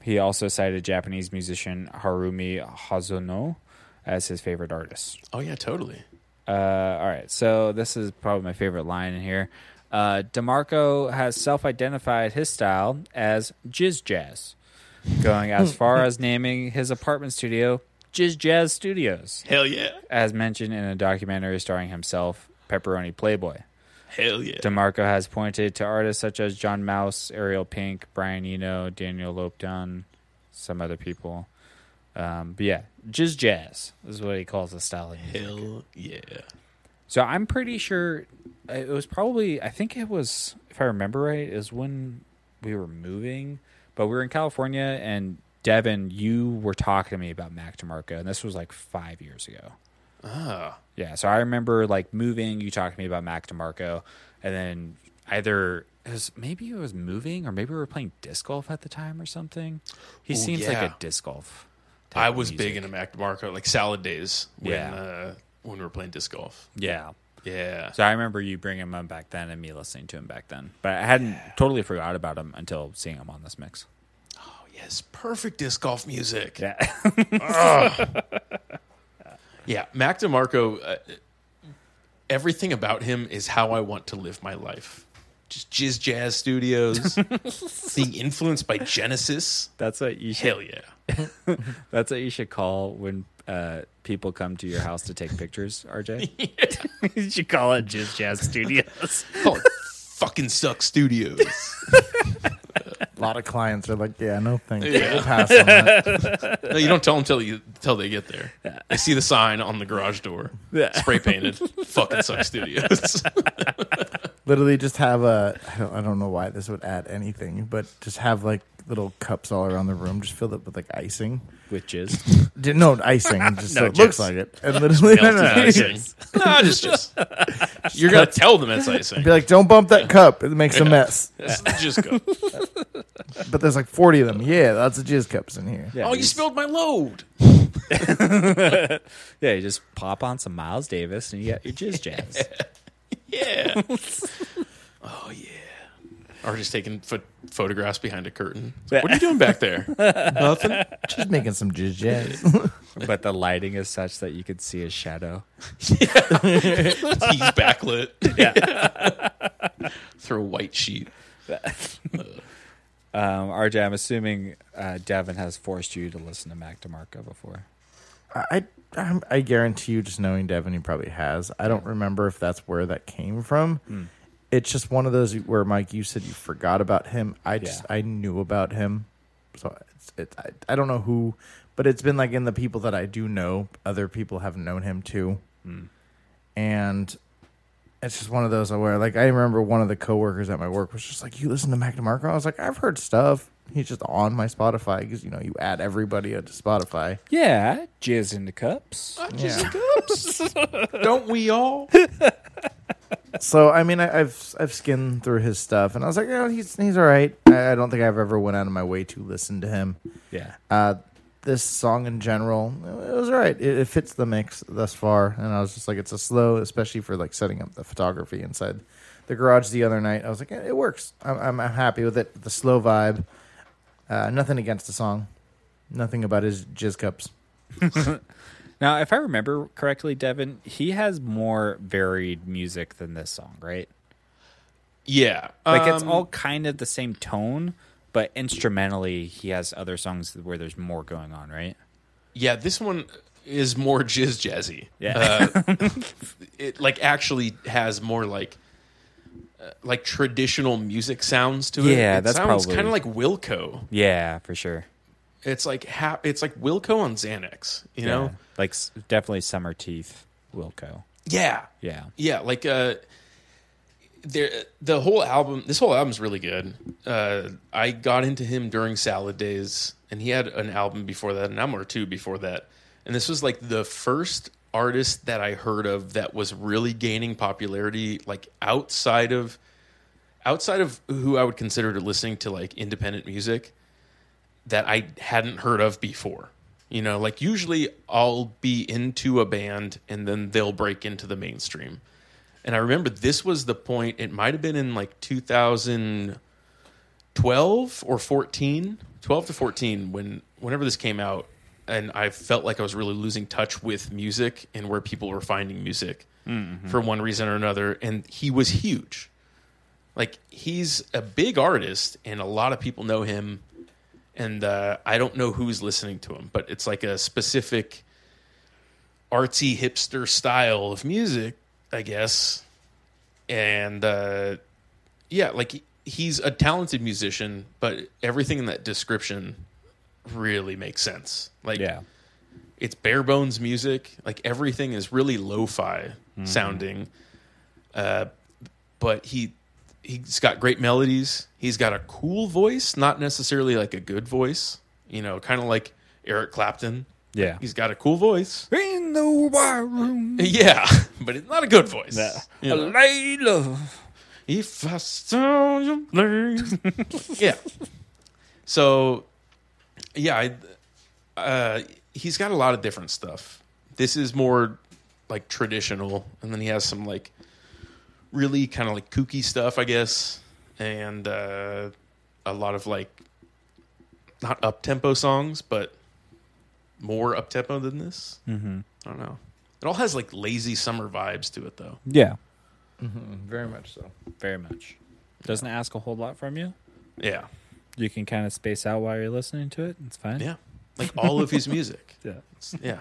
S1: He also cited Japanese musician Harumi Hazuno as his favorite artist.
S2: Oh yeah, totally.
S1: Uh, all right, so this is probably my favorite line in here. Uh, DeMarco has self identified his style as Jizz Jazz, going as far as naming his apartment studio Jizz Jazz Studios,
S2: Hell yeah.
S1: as mentioned in a documentary starring himself, Pepperoni Playboy.
S2: Hell yeah.
S1: DeMarco has pointed to artists such as John Mouse, Ariel Pink, Brian Eno, Daniel Lopedon, some other people. Um, but yeah, just jazz is what he calls the style of music.
S2: Hell yeah.
S1: So I'm pretty sure uh, it was probably I think it was if I remember right is when we were moving, but we were in California and Devin, you were talking to me about Mac DeMarco, and this was like five years ago.
S2: Ah.
S1: Yeah, so I remember like moving, you talking to me about Mac DeMarco, and then either it was maybe it was moving or maybe we were playing disc golf at the time or something. He
S2: Ooh,
S1: seems like a
S2: yeah.
S1: disc golf. type
S2: I
S1: of
S2: was big
S1: music.
S2: into Mac DeMarco, like salad days when
S1: Yeah.
S2: uh, when we were playing disc golf.
S1: yeah.
S2: Yeah.
S1: So I remember you bringing him up back then and me listening to him back then. But I hadn't totally forgot about him until seeing him on this mix.
S2: Oh, yes, perfect disc golf music.
S1: Yeah.
S2: Yeah, Mac DeMarco, uh, everything about him is how I want to live my life. Just Jizz Jazz Studios, being influenced by Genesis.
S1: That's what you should
S2: Hell yeah.
S1: that's what you should call when uh, people come to your house to take pictures, RJ. you should call it Jizz Jazz Studios.
S2: Oh, it fucking sucks studios.
S3: A lot of clients are like, yeah, no thanks.
S2: Yeah.
S3: We'll pass on that.
S2: No, you don't tell them till, you, till they get there. They see the sign on the garage door,
S1: Yeah.
S2: spray painted, fucking sucks studios.
S3: Literally just have a, I don't, I don't know why this would add anything, but just have like little cups all around the room, just filled up with like icing.
S1: With jizz.
S3: Di- No, icing. Just so it
S1: just-
S3: looks like it. And literally, no, no,
S2: Melted
S3: no.
S2: icing. no, just, just. You're going to tell them it's icing.
S3: Be like, don't bump that cup. It makes a mess.
S2: That's the jizz cup.
S3: But there's like 40 of them. Yeah, lots of jizz cups in here.
S1: Yeah,
S2: Oh, you
S1: just-
S2: spilled my load.
S1: Yeah, you just pop on some Miles Davis and you got your jizz jazz.
S2: Yeah. oh yeah. Or just taking pho- photographs behind a curtain. It's like, what are you doing back there? Nothing.
S3: Just making some jizz jazz.
S1: but the lighting is such that you could see his shadow.
S2: He's backlit.
S1: Yeah.
S2: Through a white sheet.
S1: Um, RJ, I'm assuming uh, Devin has forced you to listen to Mac DeMarco before.
S3: I, I I guarantee you, just knowing Devin, he probably has. I don't remember if that's where that came from. It's just one of those where Mike, you said you forgot about him. I just
S1: Yeah.
S3: I knew about him, so it's, it's I, I don't know who, but it's been like in the people that I do know, other people have known him too, and. It's just one of those where, like, I remember one of the coworkers at my work was just like, "You listen to Mac DeMarco?" I was like, "I've heard stuff." He's just on my Spotify because you know you add everybody to Spotify.
S1: Yeah, jizz into cups.
S3: Yeah.
S2: Don't we all?
S3: So I mean, I, I've I've skimmed through his stuff, and I was like, oh, he's he's all right. I, I don't think I've ever went out of my way to listen to him.
S1: Yeah.
S3: Uh, this song in general, it was all right. It, it fits the mix thus far, and I was just like, it's a slow, especially for like setting up the photography inside the garage the other night. I was like, eh, it works. I'm I'm, I'm happy with it. The slow vibe. Uh, nothing against the song. Nothing about his jizz cups.
S1: Now, if I remember correctly, Devin, he has more varied music than this song, right?
S2: Yeah.
S1: Like it's
S2: Um,
S1: all kind of the same tone, but instrumentally, he has other songs where there's more going on, right?
S2: Yeah, this one is more jizz jazzy.
S1: Yeah.
S2: Uh, it like actually has more like uh, like traditional music sounds to it.
S1: Yeah,
S2: it
S1: that's
S2: sounds
S1: probably-
S2: kind of like Wilco.
S1: Yeah, for sure.
S2: It's like ha- it's like Wilco on Xanax, you
S1: Yeah.
S2: know?
S1: like s- definitely Summer Teeth, Wilco.
S2: Yeah.
S1: Yeah,
S2: Yeah, like uh there the whole album this whole album's really good. Uh I got into him during Salad Days and he had an album before that, an album or two before that. And this was like the first artist that I heard of that was really gaining popularity like outside of outside of who I would consider to listening to like independent music that I hadn't heard of before. You know, like usually I'll be into a band and then they'll break into the mainstream. And I remember this was the point, it might have been in like 2012 or 14, 12 to 14, when whenever this came out. And I felt like I was really losing touch with music and where people were finding music for one reason or another. And he was huge. Like, he's a big artist, and a lot of people know him and uh, I don't know who's listening to him, but it's like a specific artsy hipster style of music, I guess. And uh, yeah, like he- he's a talented musician, but everything in that description really make sense. Like
S1: yeah.
S2: it's bare bones music. Like everything is really lo-fi sounding. Uh, but he he's got great melodies. He's got a cool voice, not necessarily like a good voice. You know, kind of like Eric Clapton.
S1: Yeah.
S2: He's got a cool voice.
S1: In the white room.
S2: Yeah, but it's not a good voice. You
S1: A
S2: know.
S1: Layla.
S2: If I saw you leave. yeah. So, yeah, I, uh, he's got a lot of different stuff. This is more like traditional, and then he has some like really kind of like kooky stuff, I guess, and uh, a lot of like not up tempo songs, but more up tempo than this. Mm-hmm. I don't know. It all has like lazy summer vibes to it, though.
S1: Yeah.
S3: Mm, Very much so.
S1: Very much. Doesn't ask a whole lot from you.
S2: Yeah.
S1: You can kind of space out while you're listening to it. It's fine.
S2: Yeah. Like all of his music.
S1: Yeah.
S2: It's- yeah.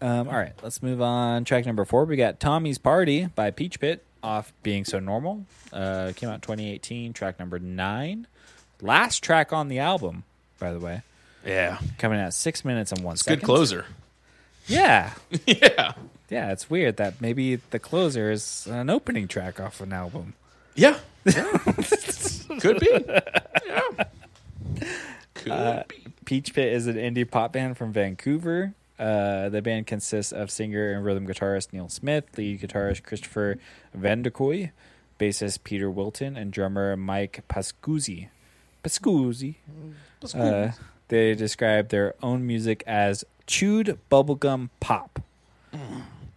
S1: Um, all right, let's move on. Track number four, we got Tommy's Party by Peach Pit off Being So Normal. Uh, came out 2018, track number nine. Last track on the album, by the way.
S2: Yeah.
S1: Coming out six minutes and one
S2: It's good closer.
S1: Yeah.
S2: yeah.
S1: Yeah, it's weird that maybe the closer is an opening track off an album.
S2: Yeah. Could be. Yeah. Could
S1: Uh,
S2: be.
S1: Peach Pit is an indie pop band from Vancouver. Uh, the band consists of singer and rhythm guitarist Neil Smith, lead guitarist Christopher Vandekoy, bassist Peter Wilton, and drummer Mike Pascuzzi. Pascuzzi. Uh, they describe their own music as chewed bubblegum pop,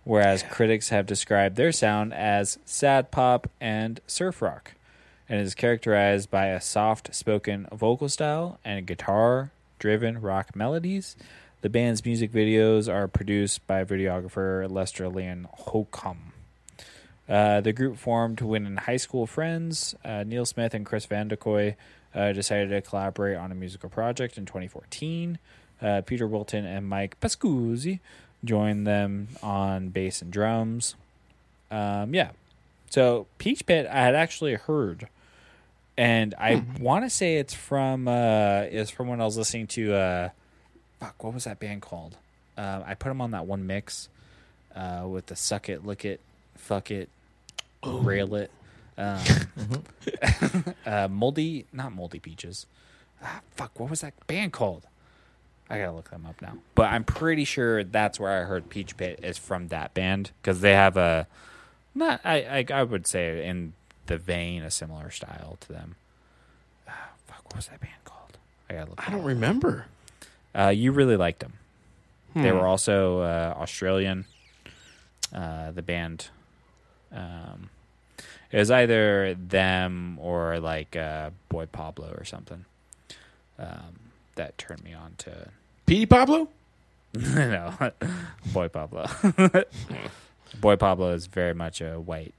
S1: whereas critics have described their sound as sad pop and surf rock, and is characterized by a soft spoken vocal style and guitar driven rock melodies. The band's music videos are produced by videographer Lester Leon Holcomb. Uh, the group formed when in high school friends, uh, Neil Smith and Chris Van Dekoy, uh, decided to collaborate on a musical project in 2014. Uh, Peter Wilton and Mike Pescuzzi joined them on bass and drums. Um, yeah. So Peach Pit, I had actually heard, and I want to say it's from uh, is from when I was listening to uh, fuck, what was that band called? Um, I put them on that one mix uh, with the suck it, lick it, fuck it,
S2: Oh.
S1: rail it. Um,
S2: Mm-hmm.
S1: uh, moldy, not moldy peaches. Ah, fuck, what was that band called? I gotta look them up now. But I'm pretty sure that's where I heard Peach Pit is from that band because they have a not I, I I would say in the vein a similar style to them. Ah, fuck, what was that band called? I gotta look.
S2: I
S1: it
S2: don't
S1: up.
S2: remember.
S1: Uh, you really liked them. They were also uh, Australian. Uh, the band. Um, it was either them or like uh, Boy Pablo or something. Um, that turned me on to
S2: Petey Pablo?
S1: no Boy Pablo. Boy Pablo is very much a white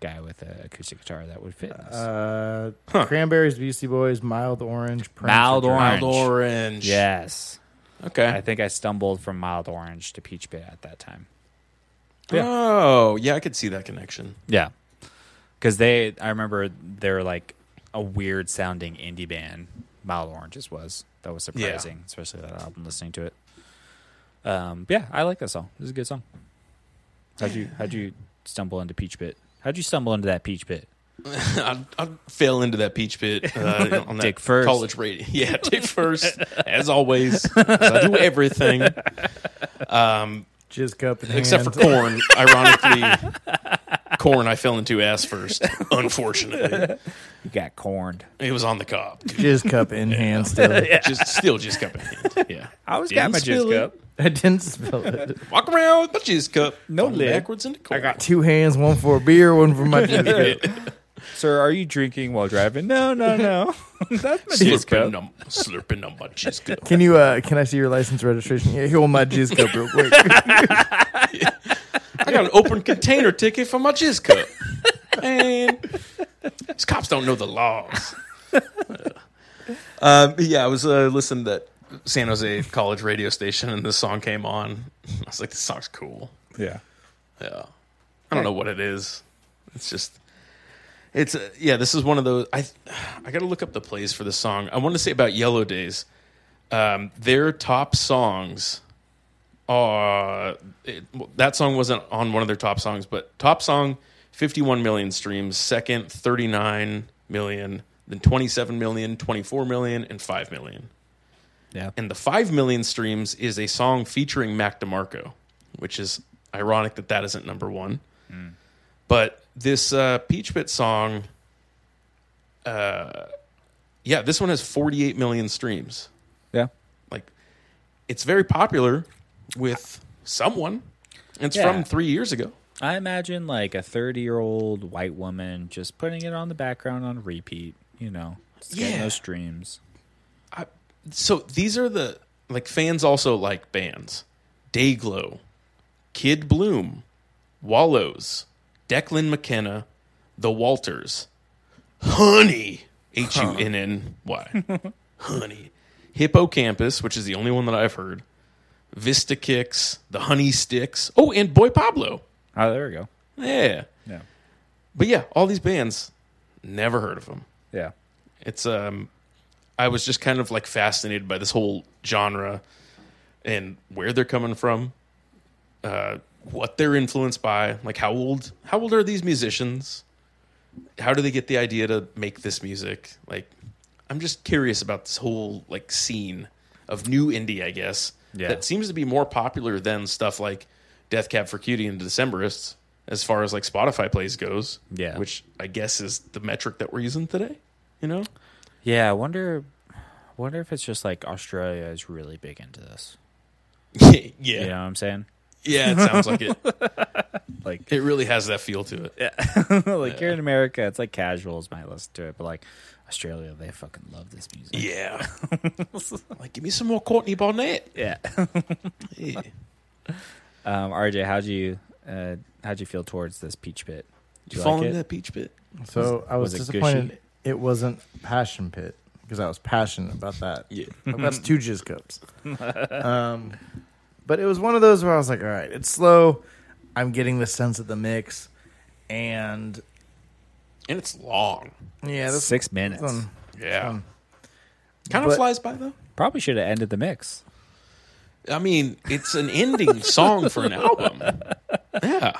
S1: guy with an acoustic guitar that would fit. in this.
S3: Uh, Cranberries, Beastie Boys, Mild Orange, Prince,
S1: Mild
S3: or Dr-
S1: Orange.
S2: Wild Orange.
S1: yes,
S2: Okay.
S1: I think I stumbled from mild orange to peach pit at that time. yeah.
S2: Oh, yeah. I could see that connection.
S1: Yeah. Because they, I remember they're like a weird sounding indie band. Mild Oranges was. That was surprising, especially that album listening to it. Um, yeah, I like that song. This is a good song. How'd you, how'd you stumble into Peach Pit? How'd you stumble into that Peach Pit?
S2: I, I fell into that peach pit uh, on that
S1: Dick first.
S2: college radio. Yeah, dick first, as always. 'cause I do everything Um,
S3: Jizz Cup, in
S2: except for corn.
S3: hand.
S2: Ironically, corn I fell into ass first. Unfortunately,
S1: You got corned.
S2: It was on the cob.
S3: Jizz Cup in hand still.
S2: Just still just cup in hand. Yeah.
S1: I always
S2: got my jizz cup.
S3: I didn't spill it.
S2: Walk around with my jizz cup.
S1: No
S2: Falling
S1: lid.
S2: Backwards into court.
S3: I got two hands, one for a beer, one for my jizz cup.
S1: Sir, are you drinking while driving? No, no, no. That's my jizz cup.
S2: slurping on, slurping on my jizz cup.
S3: Can you? Uh, can I see your license registration? Yeah, here, hold my jizz cup real quick.
S2: I got an open container ticket for my jizz cup. And these cops don't know the laws. um, yeah, I was uh, listening to that San Jose college radio station and this song came on. I was like, this song's cool.
S1: Yeah.
S2: Yeah. I don't know what it is. It's just It's uh, yeah. This is one of those. I I got to look up the plays for this song. I want to say about Yellow Days. Um, their top songs are it, well, that song wasn't on one of their top songs, but top song fifty one million streams, second thirty nine million, then twenty seven million, twenty four million, and five million.
S1: Yeah.
S2: And the five million streams is a song featuring Mac DeMarco, which is ironic that that isn't number one but this uh, peach pit song uh, yeah this one has 48 million streams
S1: Yeah.
S2: like it's very popular with someone it's
S1: Yeah.
S2: from three years ago
S1: I imagine like a 30 year old white woman just putting it on the background on repeat, you know, just getting
S2: Yeah.
S1: those streams.
S2: so these are the like fans also like bands dayglow kid bloom wallows declan mckenna the walters honey h-u-n-n-y honey hippocampus which is the only one that i've heard vista kicks the honey sticks oh and boy pablo
S1: Oh, there we go.
S2: yeah
S1: Yeah.
S2: but yeah all these bands never heard of them
S1: Yeah.
S2: it's um i was just kind of like fascinated by this whole genre and where they're coming from uh what they're influenced by like how old how old are these musicians how do they get the idea to make this music like i'm just curious about this whole like scene of new indie i guess
S1: Yeah.
S2: that seems to be more popular than stuff like death cab for cutie and decemberists as far as like spotify plays goes
S1: Yeah.
S2: which i guess is the metric that we're using today you know
S1: Yeah. I wonder, wonder if it's just like Australia is really big into this.
S2: yeah,
S1: You know
S2: yeah,
S1: what I'm saying?
S2: yeah. It sounds like it.
S1: Like,
S2: It really has that feel to it.
S1: like here in America, it's like casuals might listen to it, but like Australia, they fucking love this music.
S2: Yeah. like, give me some more Courtney Barnett.
S1: Yeah.
S2: Yeah.
S1: Um, RJ, how'd you uh, how'd you feel towards this peach pit? Do
S2: You
S1: you
S2: fall
S1: like
S2: in
S1: it?
S2: that peach pit?
S3: So I was,
S1: was it
S3: disappointed
S1: gushy?
S3: it wasn't Passion Pit because I was passionate about that.
S2: Yeah.
S3: Like, that's two jizz cups. Um, but it was one of those where I was like, all right, it's slow. I'm getting the sense of the mix. And
S2: And it's long.
S3: yeah, this
S1: Six minutes.
S3: one-
S2: Yeah.
S3: Um,
S2: kind of
S3: but-
S2: flies by though.
S1: Probably should have ended the mix.
S2: I mean, it's an ending song for an album. Yeah.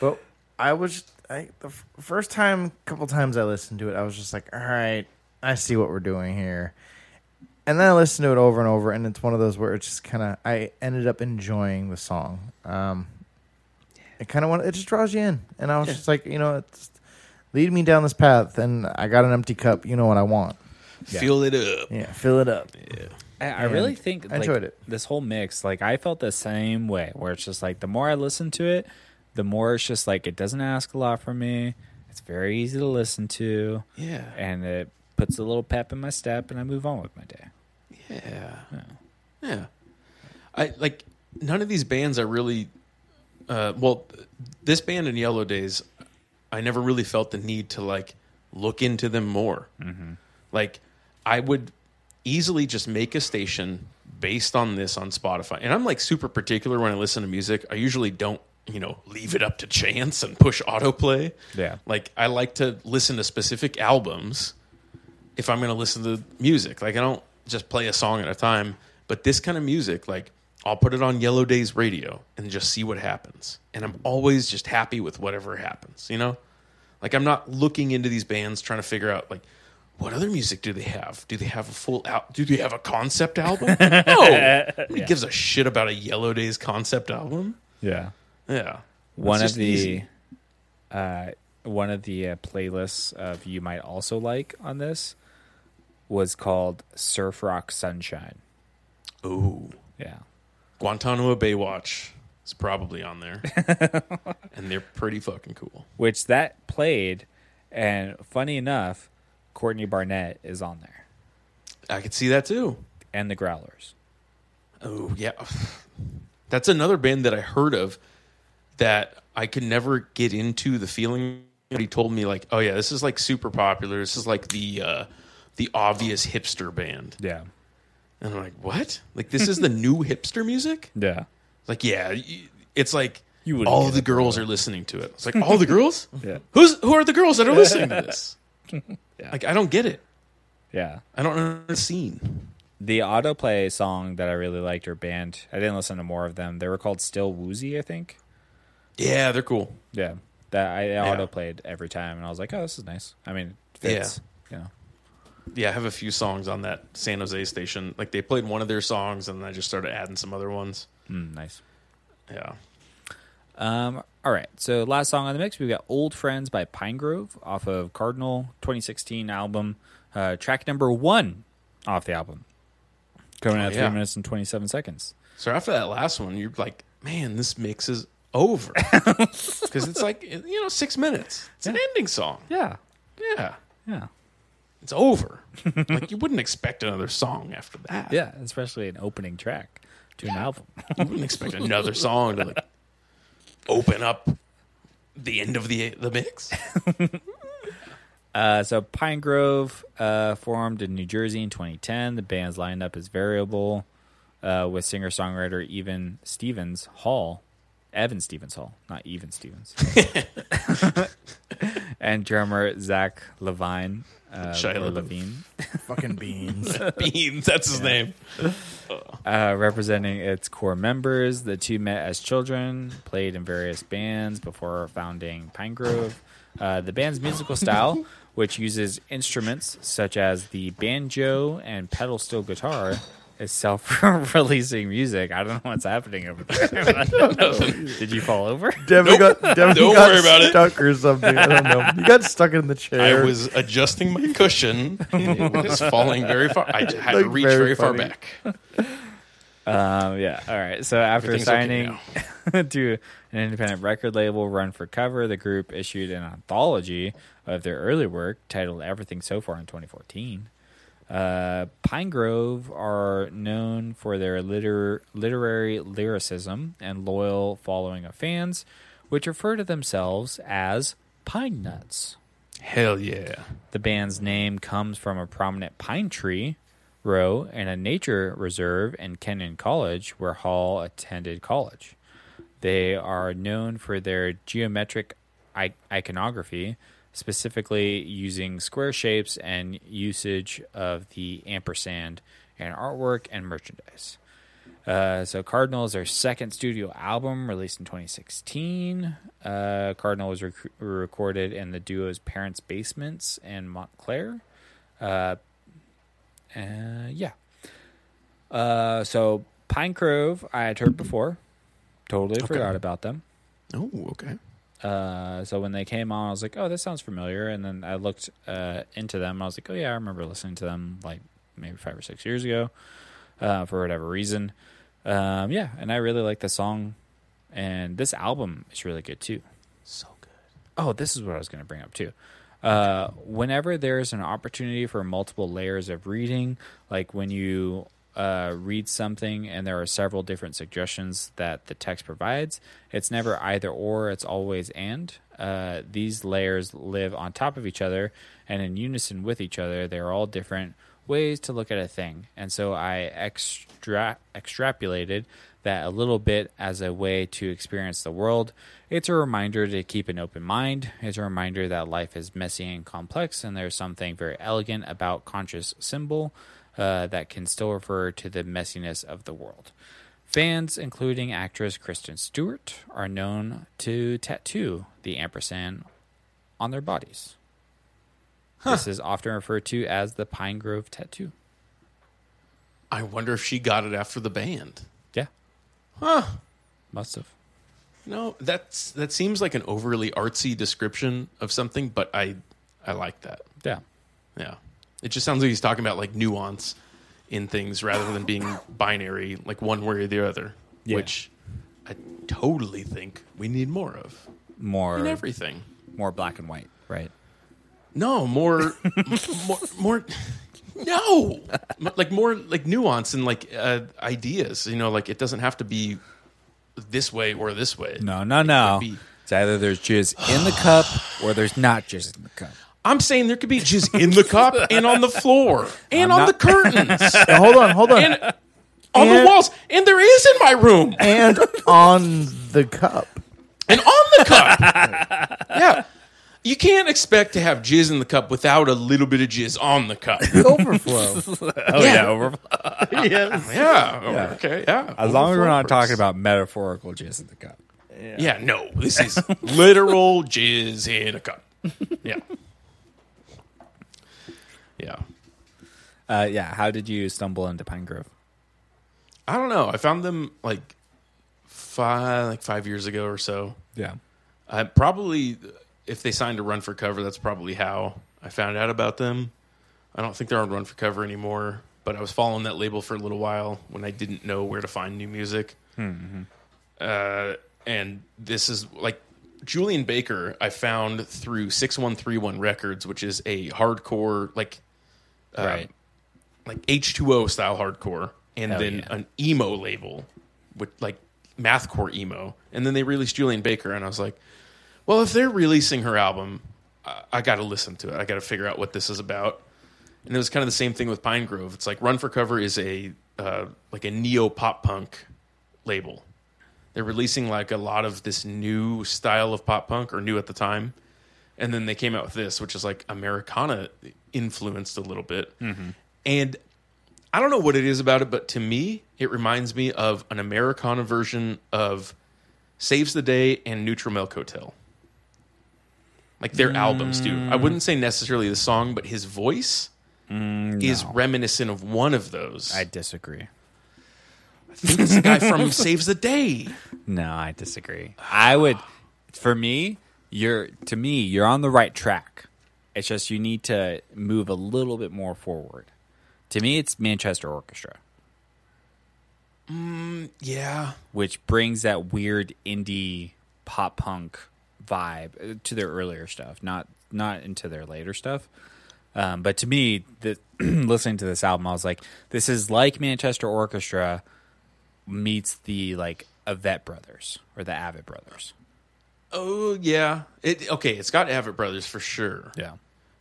S3: But I was I, the f- first time, couple times I listened to it, I was just like, all right, I see what we're doing here. And then I listened to it over and over, and it's one of those where it's just kind of I ended up enjoying the song. Um, it kind of it just draws you in, and I was just like, you know, it's lead me down this path, and I got an empty cup. You know what I want?
S2: Feel it up.
S3: Yeah, fill it up.
S1: I, I really
S3: And
S1: think
S3: I
S1: like,
S3: enjoyed it.
S1: This whole mix, like I felt the same way, where it's just like the more I listen to it, the more it's just like it doesn't ask a lot from me. It's very easy to listen to,
S2: Yeah.
S1: and it puts a little pep in my step, and I move on with my day.
S2: Yeah. Yeah. I like none of these bands I really uh well this band in Yellow Days I never really felt the need to like look into them more. Like I would easily just make a station based on this on Spotify. And I'm like super particular when I listen to music. I usually don't, you know, leave it up to chance and push autoplay.
S1: Yeah.
S2: Like I like to listen to specific albums if I'm going to listen to music. Like I don't just play a song at a time, but this kind of music, like I'll put it on Yellow Days radio and just see what happens. And I'm always just happy with whatever happens, you know? Like I'm not looking into these bands trying to figure out like what other music do they have? Do they have a full out? Do they have a concept album? No, nobody gives a shit about a Yellow Days concept album.
S1: Yeah.
S2: Yeah,
S1: one
S2: It's
S1: of
S2: just
S1: the
S2: easy.
S1: uh, one of the uh, playlists of you might also like on this was called Surf Rock Sunshine.
S2: Ooh,
S1: Yeah,
S2: Guantanamo Baywatch is probably on there, and they're pretty fucking cool.
S1: which that played, and funny enough, Courtney Barnett is on there,
S2: I could see that too.
S1: and the Growlers.
S2: Oh yeah, that's another band that I heard of that I could never get into the feeling. But he told me like, oh yeah, this is like super popular. This is like the uh, the obvious hipster band,
S1: Yeah,
S2: and I'm like, what? Like this is the new hipster music?
S1: yeah,
S2: Like yeah, y- it's like
S1: You would
S2: all the girls are listening to it. It's like all the girls?
S1: Yeah.
S2: Who's who are the girls that are listening to this? Like I don't get it.
S1: Yeah.
S2: I don't know the scene.
S1: The autoplay song that I really liked or band. I didn't listen to more of them. They were called Still Woozy, I think.
S2: Yeah, they're cool.
S1: Yeah. That I autoplayed every time and I was like, Oh, this is nice. I mean it fits. Yeah.
S2: Yeah, I have a few songs on that San Jose station. Like they played one of their songs and I just started adding some other ones.
S1: Mm, nice.
S2: Yeah.
S1: Um, all right. So last song on the mix, we've got "Old Friends" by Pinegrove off of Cardinal 2016 album, uh, track number one off the album, coming out at
S2: yeah.
S1: three minutes and 27 seconds.
S2: So after that last one, you're like, man, this mix is over. Because it's like, you know, six minutes. It's an ending song.
S1: Yeah,
S2: Yeah.
S1: yeah,
S2: It's over. like, you wouldn't expect another song after that.
S1: yeah. Especially an opening track to an album.
S2: You wouldn't expect another song to like open up the end of the the mix.
S1: Uh, so Pinegrove uh, formed in New Jersey in 2010. The band's lineup is variable, uh, with singer songwriter Evan Stevens Hall, Evan Stevens Hall, not Even Stevens, and drummer Zach Levine. Uh,
S2: Shia
S1: or
S2: LaBeouf.
S1: Levine,
S3: Fucking beans.
S2: Beans, that's his name.
S1: uh, representing its core members. The two met as children, played in various bands before founding Pinegrove. Uh, the band's musical style, which uses instruments such as the banjo and pedal steel guitar, is self-releasing music. I don't know what's happening over there. Did you fall over?
S3: Devin got Devin
S2: Don't
S3: got
S2: worry about it.
S3: stuck or something. I don't know. You got stuck in
S2: I
S3: the chair.
S2: was adjusting my cushion. It was falling very far. I had
S3: Like,
S2: to reach
S3: very
S2: very, far
S3: funny.
S2: back.
S1: Um, yeah. All right. So after
S2: Everything's okay
S1: signing to an independent record label, Run for Cover, the group issued an anthology of their early work titled "Everything So Far" in 2014. Uh, Pinegrove are known for their liter- literary lyricism and loyal following of fans, which refer to themselves as pine nuts.
S2: Hell yeah.
S1: The band's name comes from a prominent pine tree row and a nature reserve in Kenyon College, where Hall attended college. They are known for their geometric I- iconography, specifically using square shapes and usage of the ampersand in artwork and merchandise. Uh, so Cardinal is their second studio album released in 2016. Uh, Cardinal was rec- recorded in the duo's parents' basements in Montclair. Uh, uh, yeah. Uh, so Pine Grove, I had heard before. Totally forgot about them.
S2: Oh, okay.
S1: Uh, so when they came on, I was like, "Oh, this sounds familiar." And then I looked uh, into them. I was like, "Oh yeah, I remember listening to them like maybe five or six years ago, uh, for whatever reason." Um, yeah, and I really like the song, and this album is really good too.
S2: So good.
S1: Oh, this is what I was going to bring up too. Uh, whenever there's an opportunity for multiple layers of reading, like when you uh, read something and there are several different suggestions that the text provides, it's never either or, it's always and. Uh, these layers live on top of each other and in unison with each other. They're all different ways to look at a thing. And so I extra- extrapolated that a little bit as a way to experience the world. It's a reminder to keep an open mind. It's a reminder that life is messy and complex, and there's something very elegant about conscious symbol uh, that can still refer to the messiness of the world. Fans, including actress Kristen Stewart, are known to tattoo the ampersand on their bodies. This is often referred to as the Pine Grove tattoo.
S2: I wonder if she got it after the band.
S1: Yeah,
S2: Huh.
S1: must have.
S2: No, that's that seems like an overly artsy description of something, but I I like that.
S1: Yeah.
S2: Yeah. It just sounds like he's talking about like nuance in things rather than being binary, like one way or the other.
S1: Yeah.
S2: Which I totally think we need more of.
S1: More
S2: In everything.
S1: more black and white, right?
S2: No, more, m- more, more. No, M- like more like nuance and like uh, ideas. You know, like it doesn't have to be this way or this way.
S1: No, no, no.
S2: be.
S1: It's either there's jizz in the cup or there's not jizz in the cup.
S2: I'm saying there could be just in the cup and on the floor and
S1: I'm
S2: on
S1: not-
S2: the curtains
S3: Now, hold on, hold on. And,
S2: on
S3: And-
S2: the walls and there is in my room.
S3: on the cup.
S2: and on the cup. yeah. You can't expect to have jizz in the cup without a little bit of jizz on the cup.
S3: Overflow.
S1: Oh
S2: Yeah.
S1: yeah, overflow.
S3: yes.
S2: Yeah. Okay. Yeah.
S1: As long as we're not
S2: Overflow
S1: talking about metaphorical jizz in the cup.
S2: first. Yeah. No, this is literal jizz in a cup. Yeah. Yeah.
S1: Uh, yeah, how did you stumble into Pine Grove?
S2: I don't know. I found them like five, like five years ago or so.
S1: Yeah,
S2: I probably, if they signed a run for cover, that's probably how I found out about them. I don't think they're on run for cover anymore, but I was following that label for a little while when I didn't know where to find new music.
S1: Hmm,
S2: Uh, and this is like Julian Baker, I found through 6131 Records, which is a hardcore, like, um,
S1: Right.
S2: like H2O style hardcore, and
S1: Hell
S2: then
S1: yeah.
S2: an emo label with like mathcore emo. And then they released Julian Baker, and I was like, well, if they're releasing her album, I, I got to listen to it. I got to figure out what this is about. And it was kind of the same thing with Pine Grove. It's like Run for Cover is a uh, like a neo pop punk label. They're releasing like a lot of this new style of pop punk, or new at the time. And then they came out with this, which is like Americana influenced a little bit. And I don't know what it is about it, but to me, it reminds me of an Americana version of Saves the Day and Neutral Milk Hotel. Like their albums do. I wouldn't say necessarily the song, but his voice is reminiscent of one of those.
S1: I disagree.
S2: think it's the guy from Saves the Day.
S1: No, I disagree. I would, for me, you're to me, you're on the right track. It's just you need to move a little bit more forward. To me, it's Manchester Orchestra,
S2: Yeah.
S1: which brings that weird indie pop punk vibe uh, to their earlier stuff, not not into their later stuff. Um, but to me, the, listening to this album, I was like, this is like Manchester Orchestra meets the like Avett Brothers or the Avett Brothers.
S2: Oh yeah. It okay, it's got Avett Brothers for sure.
S1: Yeah.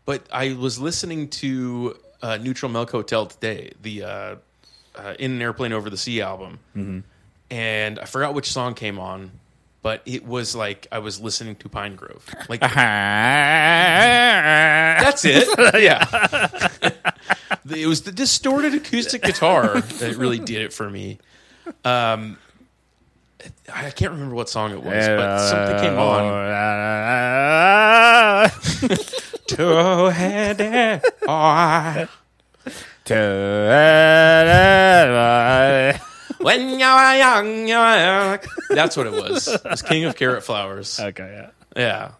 S2: But I was listening to uh, Neutral Milk Hotel today, the uh, uh, In an Airplane Over the Sea album, and I forgot which song came on, but it was like I was listening to Pine Grove. Like that's it, yeah. it was the distorted acoustic guitar that really did it for me. Um, I can't remember what song it was, but something came
S1: Uh,
S2: on.
S1: on.
S2: Two-headed eye. When you were young, you were young. That's what it was. It was King of Carrot Flowers.
S1: okay, yeah.
S2: Yeah.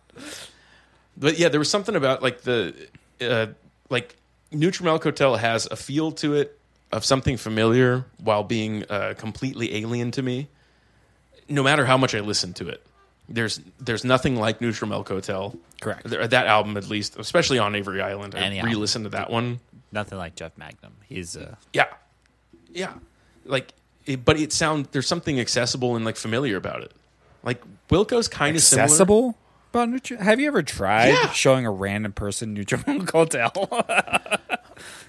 S2: But yeah, there was something about like the uh, like Nutrimilk Hotel has a feel to it of something familiar while being uh, completely alien to me. No matter how much I listen to it, there's there's nothing like Nutrimilk Hotel.
S1: Correct.
S2: There- that album at least, especially on Avery Island. I
S1: Any album.
S2: re-listened to that one.
S1: Nothing like Jeff Magnum. He's uh,
S2: Yeah, yeah. Like, it, but it sound there's something accessible and like familiar about it. Like Wilco's kind of similar.
S1: accessible. About Nutri- Have you ever tried
S2: Yeah.
S1: showing a random person Nutrimilk Hotel?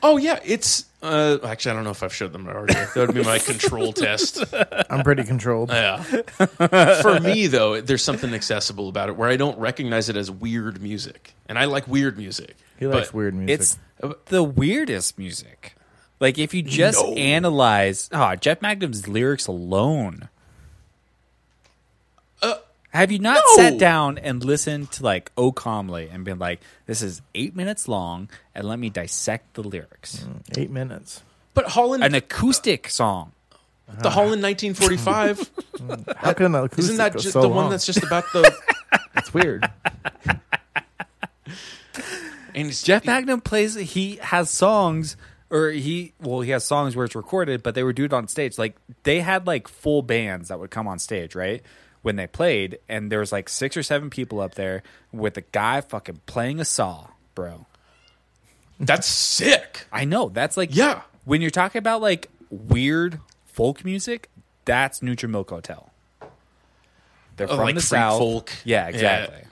S2: Oh yeah, it's uh, actually I don't know if I've showed them already. That would be my control test.
S3: I'm pretty controlled.
S2: Yeah. For me though, there's something accessible about it where I don't recognize it as weird music, and I like weird music.
S3: He likes
S2: but-
S3: weird music.
S1: it's the weirdest music. Like if you just
S2: No.
S1: analyze, oh, Jeff Magnum's lyrics alone. Have you not
S2: Uh, no.
S1: sat down and listened to like "Oh Calmly" and been like, "This is eight minutes long," and let me dissect the lyrics?
S2: Mm.
S3: Eight minutes.
S2: But Holland,
S1: An acoustic song.
S2: the Holland 1945,
S3: How can the acoustic
S2: isn't that
S3: go
S2: just
S3: so
S2: the
S3: long?
S2: one that's just about the?
S3: It's weird.
S2: And it's,
S1: Jeff Magnum plays. He has songs, or he well, he has songs where it's recorded, but they were doing it on stage. Like they had like full bands that would come on stage, right? When they played, and there was like six or seven people up there with a guy fucking playing a saw, bro.
S2: that's sick.
S1: I know that's like
S2: Yeah.
S1: When you're talking about like weird folk music, that's Nutrimilk Hotel. They're
S2: Oh,
S1: from
S2: like
S1: the
S2: freak
S1: south.
S2: folk.
S1: Yeah,
S2: Yeah.
S1: exactly.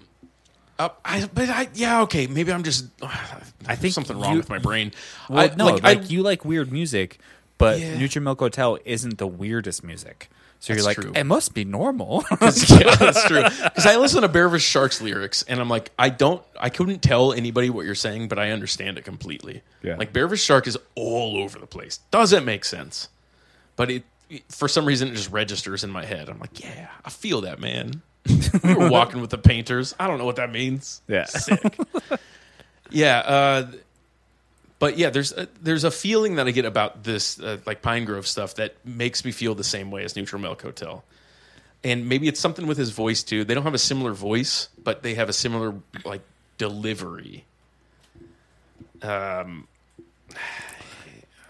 S2: Uh, I, but I, yeah, okay. Maybe I'm just. I
S1: think
S2: something wrong
S1: you-
S2: with my brain.
S1: Well,
S2: I,
S1: no,
S2: like,
S1: like
S2: I,
S1: you like weird music, But
S2: Yeah.
S1: Nutri Milk Hotel isn't the weirdest music. So
S2: That's
S1: you're like,
S2: true.
S1: it must be normal.
S2: yeah, that's true. Because I listen to Bear vs. Sharks lyrics, and I'm like, I don't, I couldn't tell anybody what you're saying, but I understand it completely.
S1: Yeah.
S2: Like Bear vs. Shark is all over the place. Doesn't make sense, but it, it- for some reason it just registers in my head. I'm like, yeah, I feel that, man. we were walking with the painters. I don't know what that means.
S3: Yeah.
S2: Sick. yeah. Uh, but yeah, there's a, there's a feeling that I get about this uh, like Pine Grove stuff that makes me feel the same way as Neutral Milk Hotel, and maybe it's something with his voice too. They don't have a similar voice, but they have a similar like delivery.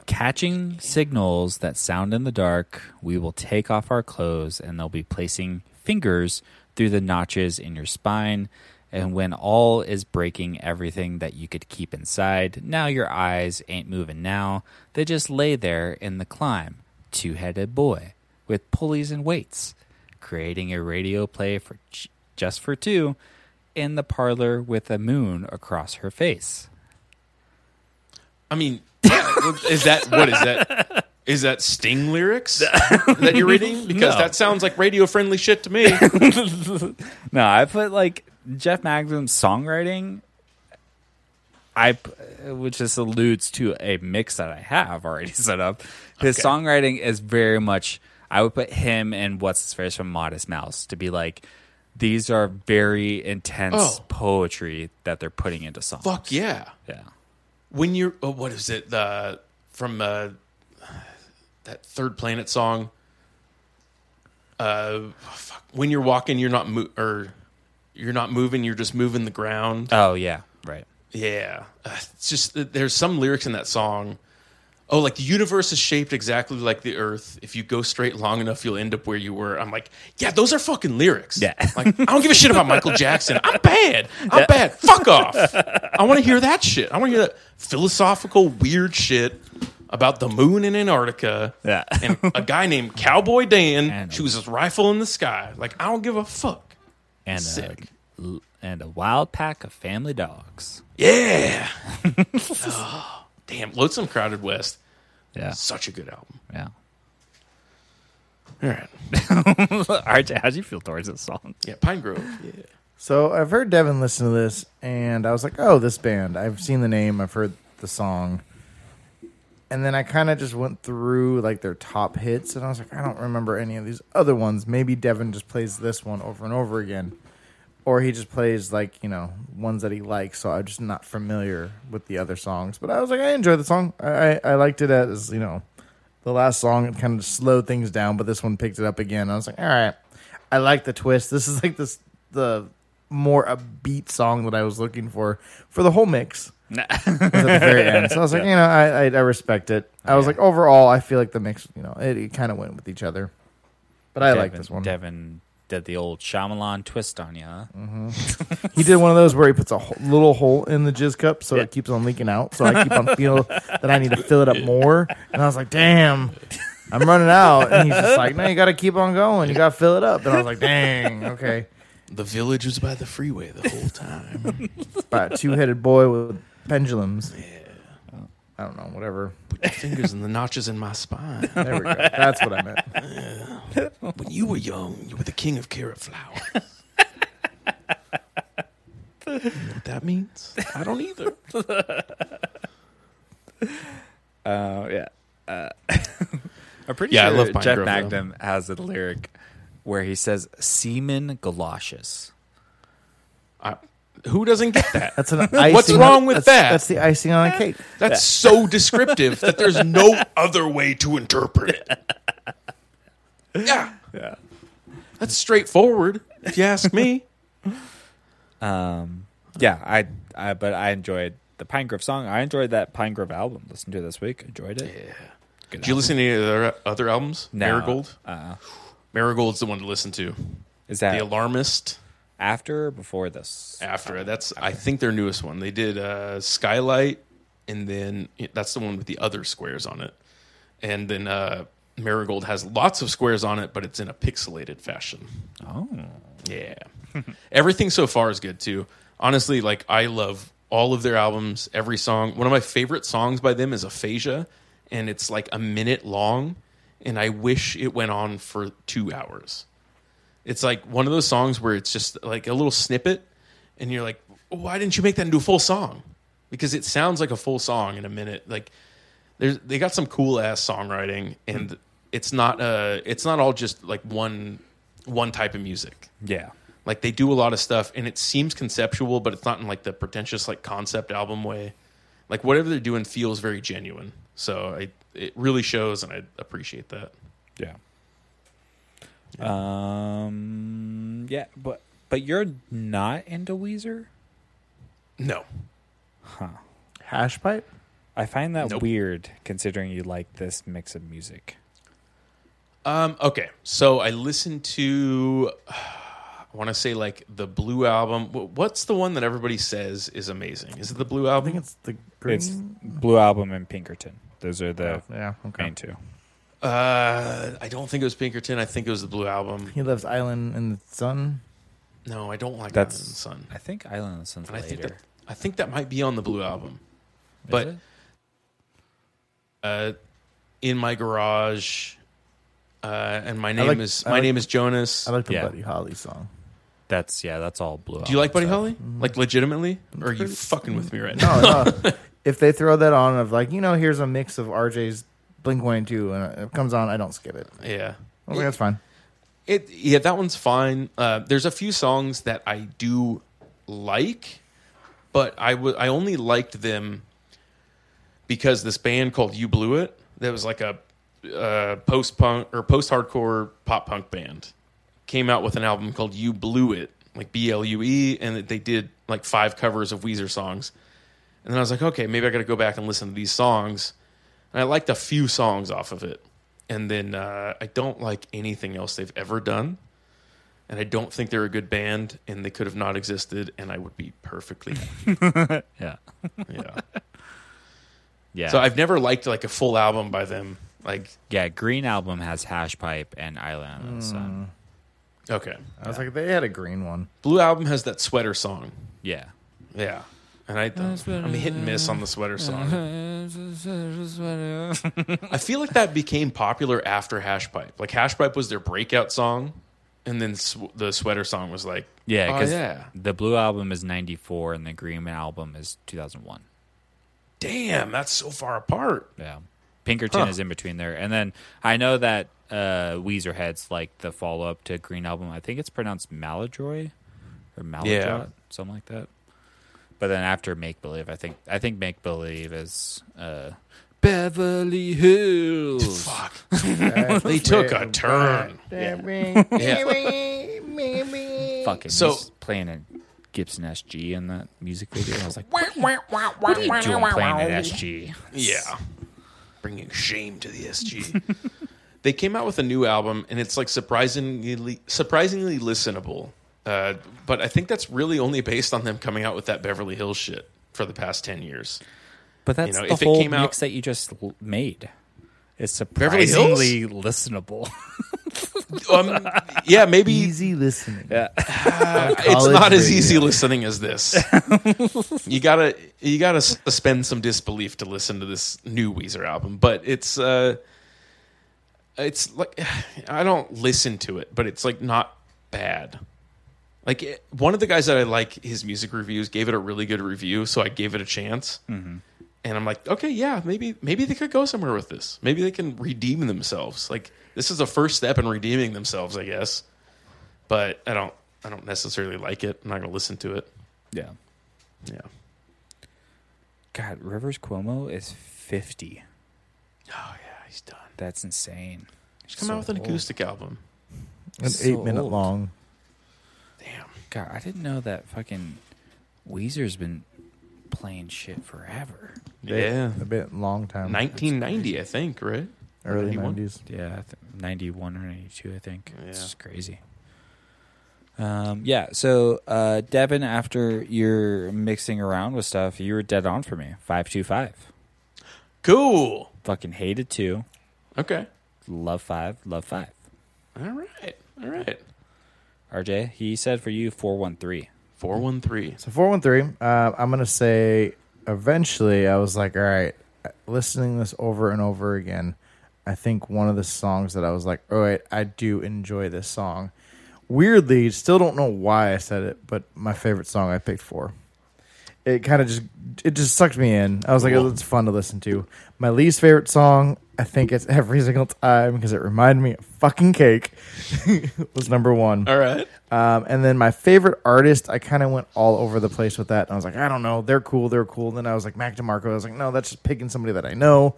S1: Catching signals that sound in the dark, we will take off our clothes and they'll be placing fingers through the notches in your spine. And when all is breaking everything that you could keep inside, now your eyes ain't moving now. They just lay there in the climb, two headed boy with pulleys and weights, creating a radio play for j- just for two in the parlor with a moon across her face.
S2: I mean, yeah, is that what is that? Is that Sting lyrics that you're reading? Because
S1: No.
S2: that sounds like radio friendly shit to me.
S1: No, I put like Jeff Magnum's songwriting. I, p- which just alludes to a mix that I have already set up. His
S2: Okay.
S1: songwriting is very much. I would put him and what's his face from Modest Mouse to be like. These are very intense
S2: Oh.
S1: poetry that they're putting into songs.
S2: Fuck yeah.
S1: Yeah.
S2: when you're oh, what is it uh, from uh, that third planet song uh fuck. when you're walking you're not mo- or you're not moving you're just moving the ground
S1: Oh yeah. Right.
S2: yeah Uh, it's just that there's some lyrics in that song oh like the universe is shaped exactly like the earth if you go straight long enough you'll end up where you were i'm like yeah those are fucking lyrics
S1: Yeah.
S2: like i don't give a shit about michael jackson i'm bad i'm bad fuck off i want to hear that shit i want to hear that philosophical weird shit about the moon in antarctica
S1: Yeah.
S2: and a guy named cowboy dan
S1: And-
S2: shoots his rifle in the sky like i don't give a fuck
S1: And a,
S2: Sick.
S1: l- and a wild pack of family dogs.
S2: yeah Oh, damn loathsome crowded west
S1: Yeah.
S2: such a good album.
S1: Yeah.
S2: All right.
S1: RJ, how do you feel towards this song?
S2: Yeah, Pine Grove. Yeah.
S3: So I've heard Devin listen to this, and I was like, "Oh, this band. I've seen the name. I've heard the song." And then I kind of just went through like their top hits, and I was like, "I don't remember any of these other ones. Maybe Devin just plays this one over and over again, or he just plays like you know ones that he likes." So I'm just not familiar with the other songs. But I was like, "I enjoyed the song. I I, I liked it as you know." The last song it kind of slowed things down, but this one picked it up again. I was like, all right, I like the twist. This is like this the more upbeat song that I was looking for for the whole mix. It was at the very end, so I was like, you know, I I, I respect it. I was like, overall, I feel like the mix, you know, it, it kind of went with each other. But I like
S1: Devin-
S3: this one.
S1: Devin did the old Shyamalan twist on you. Huh?
S3: Mm. He did one of those where he puts a ho- little hole in the jizz cup so it keeps on leaking out. So I keep on feeling that I need to fill it up more. And I was like, damn, I'm running out. And he's just like, no, you got to keep on going. You got to fill it up. And I was like, dang, okay.
S2: The village was by the freeway the whole time.
S3: By a two headed boy with pendulums. I don't know, whatever.
S2: Put your fingers in the notches in my spine.
S3: There we go. That's what I meant.
S2: When you were young, you were the king of carrot flowers. You know what that means? I don't either.
S1: Oh yeah. I'm pretty
S2: Yeah, I
S1: sure
S2: love Pine
S1: Jeff
S2: Grove, though.
S1: Magnum has a lyric where he says "semen galoshes."
S2: I, who doesn't get that?
S3: That's an
S2: What's
S3: icing-
S2: wrong with
S3: that's-
S2: that?
S3: That's the icing on a cake.
S2: That's so descriptive that there's no other way to interpret it. Yeah. Yeah. That's straightforward, if you ask me.
S1: Um, yeah, I, I, but I enjoyed the Pine Grove song. I enjoyed that Pine Grove album. Listened to it this week. Enjoyed it.
S2: Yeah.
S1: Good
S2: Did you
S1: album.
S2: listen to any of their other albums?
S1: No.
S2: Marigold?
S1: Uh,
S2: Marigold's the one to listen to.
S1: is that
S2: The Alarmist
S1: after or before this?
S2: after that's I think their newest one. They did uh, Skylight and then that's the one with the other squares on it. And then uh, Marigold has lots of squares on it, but it's in a pixelated fashion.
S1: Oh,
S2: Yeah. Everything so far is good too. Honestly, like I love all of their albums, every song. One of my favorite songs by them is Aphasia, and it's like a minute long, and I wish it went on for two hours. It's like one of those songs where it's just like a little snippet, and you're like, why didn't you make that into a full song? Because it sounds like a full song in a minute. Like there's they got some cool ass songwriting, and it's not uh it's not all just like one one type of music.
S1: Yeah.
S2: Like they do a lot of stuff, and it seems conceptual, but it's not in like the pretentious like concept album way. Like whatever they're doing feels very genuine. So I it really shows, and I appreciate that.
S1: Yeah. Um. Yeah, but but you're not into Weezer.
S2: No,
S3: Hash pipe?
S1: I find that
S2: Nope.
S1: weird, considering you like this mix of music.
S2: Um, okay, so I listened to, I want to say like the Blue album. Wh- What's the one that everybody says is amazing? Is it the Blue
S3: I think
S2: album?
S3: it's the
S1: It's
S3: green.
S1: Blue Album and Pinkerton. Those are the
S3: yeah, okay.
S1: main two.
S2: Uh, I don't think it was Pinkerton. I think it was the Blue album.
S3: He loves Island in the Sun.
S2: No, I don't like
S1: That's-
S2: Island in the Sun.
S1: I think Island of the Sun's
S2: And I
S1: later.
S2: think that I think that might be on the Blue album. But
S1: it?
S2: uh, in my garage, uh, and my name
S3: like-
S2: is
S3: I
S2: my
S3: like-
S2: name is Jonas.
S3: I like the
S1: Yeah.
S3: Buddy Holly song.
S1: That's yeah. That's all Blue.
S2: Do you like
S1: Album
S2: Buddy
S1: stuff.
S2: Holly? Like legitimately, or are you
S3: Mm-hmm. pretty-
S2: fucking with me right now?
S3: No, no. if they throw that on, of like, you know, here's a mix of RJ's Blink 182, and it comes on, I don't skip it.
S2: Yeah.
S3: Okay, that's fine.
S2: It yeah, that one's fine. Uh, there's a few songs that I do like, but I would I only liked them because this band called You Blew It that was like a uh, post punk or post hardcore pop punk band came out with an album called You Blew It like B L U E and they did like five covers of Weezer songs, and then I was like, okay, maybe I got to go back and listen to these songs, and I liked a few songs off of it and then uh, I don't like anything else they've ever done, and I don't think they're a good band, and they could have not existed, and I would be perfectly happy.
S1: Yeah.
S2: yeah.
S1: Yeah.
S2: So I've never liked like a full album by them. Like
S1: yeah. Green Album has Hash Pipe and Island of the Sun.
S2: okay,
S3: I was like, they had a green one.
S2: Blue album has that sweater song.
S1: Yeah.
S2: Yeah, and I I'm hit and miss on the sweater song. I feel like that became popular after Hash Pipe. Like Hash Pipe was their breakout song, and then sw- the sweater song was like
S1: Yeah,
S2: Oh,
S1: because
S2: yeah.
S1: the blue album is '94 and the green album is 2001.
S2: damn that's so far apart.
S1: Yeah, Pinkerton
S2: Huh.
S1: is in between there, and then I know that uh, Weezer heads like the follow up to Green album. I think it's pronounced Maladroy or Maladroit,
S2: Yeah.
S1: something like that. But then after Make Believe, I think I think Make Believe is uh, Beverly Hills.
S2: Fuck,
S3: That's
S2: they took
S3: where
S2: a
S3: the
S2: turn.
S3: bad thing-
S1: Fucking
S2: So-
S1: he's playing a Gibson SG in that music video. I was like, what are you doing playing an SG?
S2: Yeah. Bringing shame to the SG. they came out with a new album and it's like surprisingly surprisingly listenable. Uh, but I think that's really only based on them coming out with that Beverly Hills shit for the past 10 years.
S1: But that's
S2: know,
S1: the
S2: if it
S1: whole
S2: came out-
S1: mix that you just l- made. It's
S2: Beverly Hills?
S1: surprisingly listenable.
S2: Um, yeah, maybe
S3: Easy listening.
S2: uh, it's
S3: college
S2: not as
S3: radio.
S2: easy listening as this. you got to you got to suspend some disbelief to listen to this new Weezer album, but it's uh it's like I don't listen to it, but it's like not bad. Like it, one of the guys that I like his music reviews gave it a really good review, so I gave it a chance.
S3: Mm-hmm.
S2: And I'm like, okay, yeah, maybe maybe they could go somewhere with this. Maybe they can redeem themselves. Like this is the first step in redeeming themselves, I guess. But I don't I don't necessarily like it. I'm not gonna listen to it.
S1: yeah.
S2: Yeah.
S1: God, Rivers Cuomo is 50.
S2: Oh yeah, he's done.
S1: That's insane.
S2: He's come out with an acoustic album.
S3: An
S1: So
S3: eight minute
S1: old.
S3: long.
S2: Damn.
S1: God, I didn't know that fucking Weezer's been playing shit forever.
S2: yeah.
S3: A bit long time.
S2: 1990, I think, right?
S3: Early
S2: 91?
S3: 90s.
S1: Yeah, I think 91 or 92, I think. It's
S2: Yeah.
S1: just crazy. Um, yeah, so uh, Devin, after you're mixing around with stuff, you were dead on for me. 525.
S2: Cool.
S1: Fucking hated two.
S2: Okay.
S1: Love five. Love five.
S2: All right. All right.
S1: RJ, he said for you 413.
S2: 413.
S3: So 413, uh, I'm going to say eventually I was like, all right, listening this over and over again, I think one of the songs that I was like, all right, I do enjoy this song. Weirdly, still don't know why I said it, but my favorite song I picked for. It kind of just it just sucked me in. I was like, oh, it's fun to listen to. My least favorite song, I think it's every single time because it reminded me of fucking cake. was number one.
S2: All right.
S3: Um, and then my favorite artist, I kind of went all over the place with that. And I was like, I don't know, they're cool, they're cool. And then I was like, Mac DeMarco. I was like, no, that's just picking somebody that I know.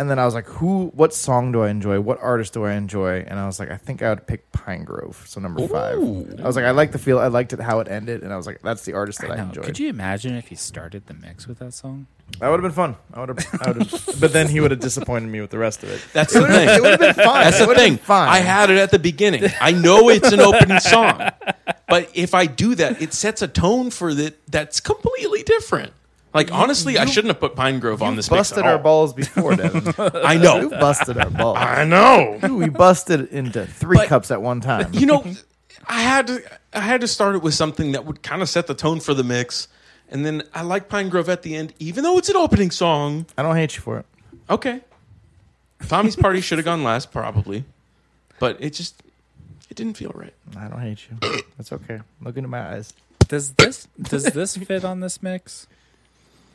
S3: And then I was like, who? What song do I enjoy? What artist do I enjoy? And I was like, I think I would pick Pine Grove. So number five. I was like, I like the feel. I liked it how it ended. And I was like, that's the artist that I,
S1: No,
S3: enjoyed.
S1: could you imagine if he started the mix with that song?
S3: that would have been fun. I would have. I would have. but then he would have disappointed me with the rest of it.
S2: That's the thing.
S3: It would have been fun.
S2: That's
S3: it
S2: the
S3: would've been
S2: thing.
S3: Fine.
S2: I had it at the beginning. I know it's an opening song, but if I do that, it sets a tone for that that's completely different. Like honestly, I shouldn't have put Pine Grove on this mix
S3: busted
S2: at
S3: our
S2: all.
S3: balls before, Devin.
S2: I
S3: you
S2: know.
S3: busted our balls.
S2: I know.
S3: we busted into three
S2: But-
S3: cups at one time.
S2: you know, I had to I had to start it with something that would kind of set the tone for the mix, and then I like Pine Grove at the end, even though it's an opening song.
S3: I don't hate you for it.
S2: Okay, Tommy's party should have gone last probably, but it just it didn't feel right.
S3: I don't hate you. That's okay. Look into my eyes.
S1: Does this does this fit on this mix?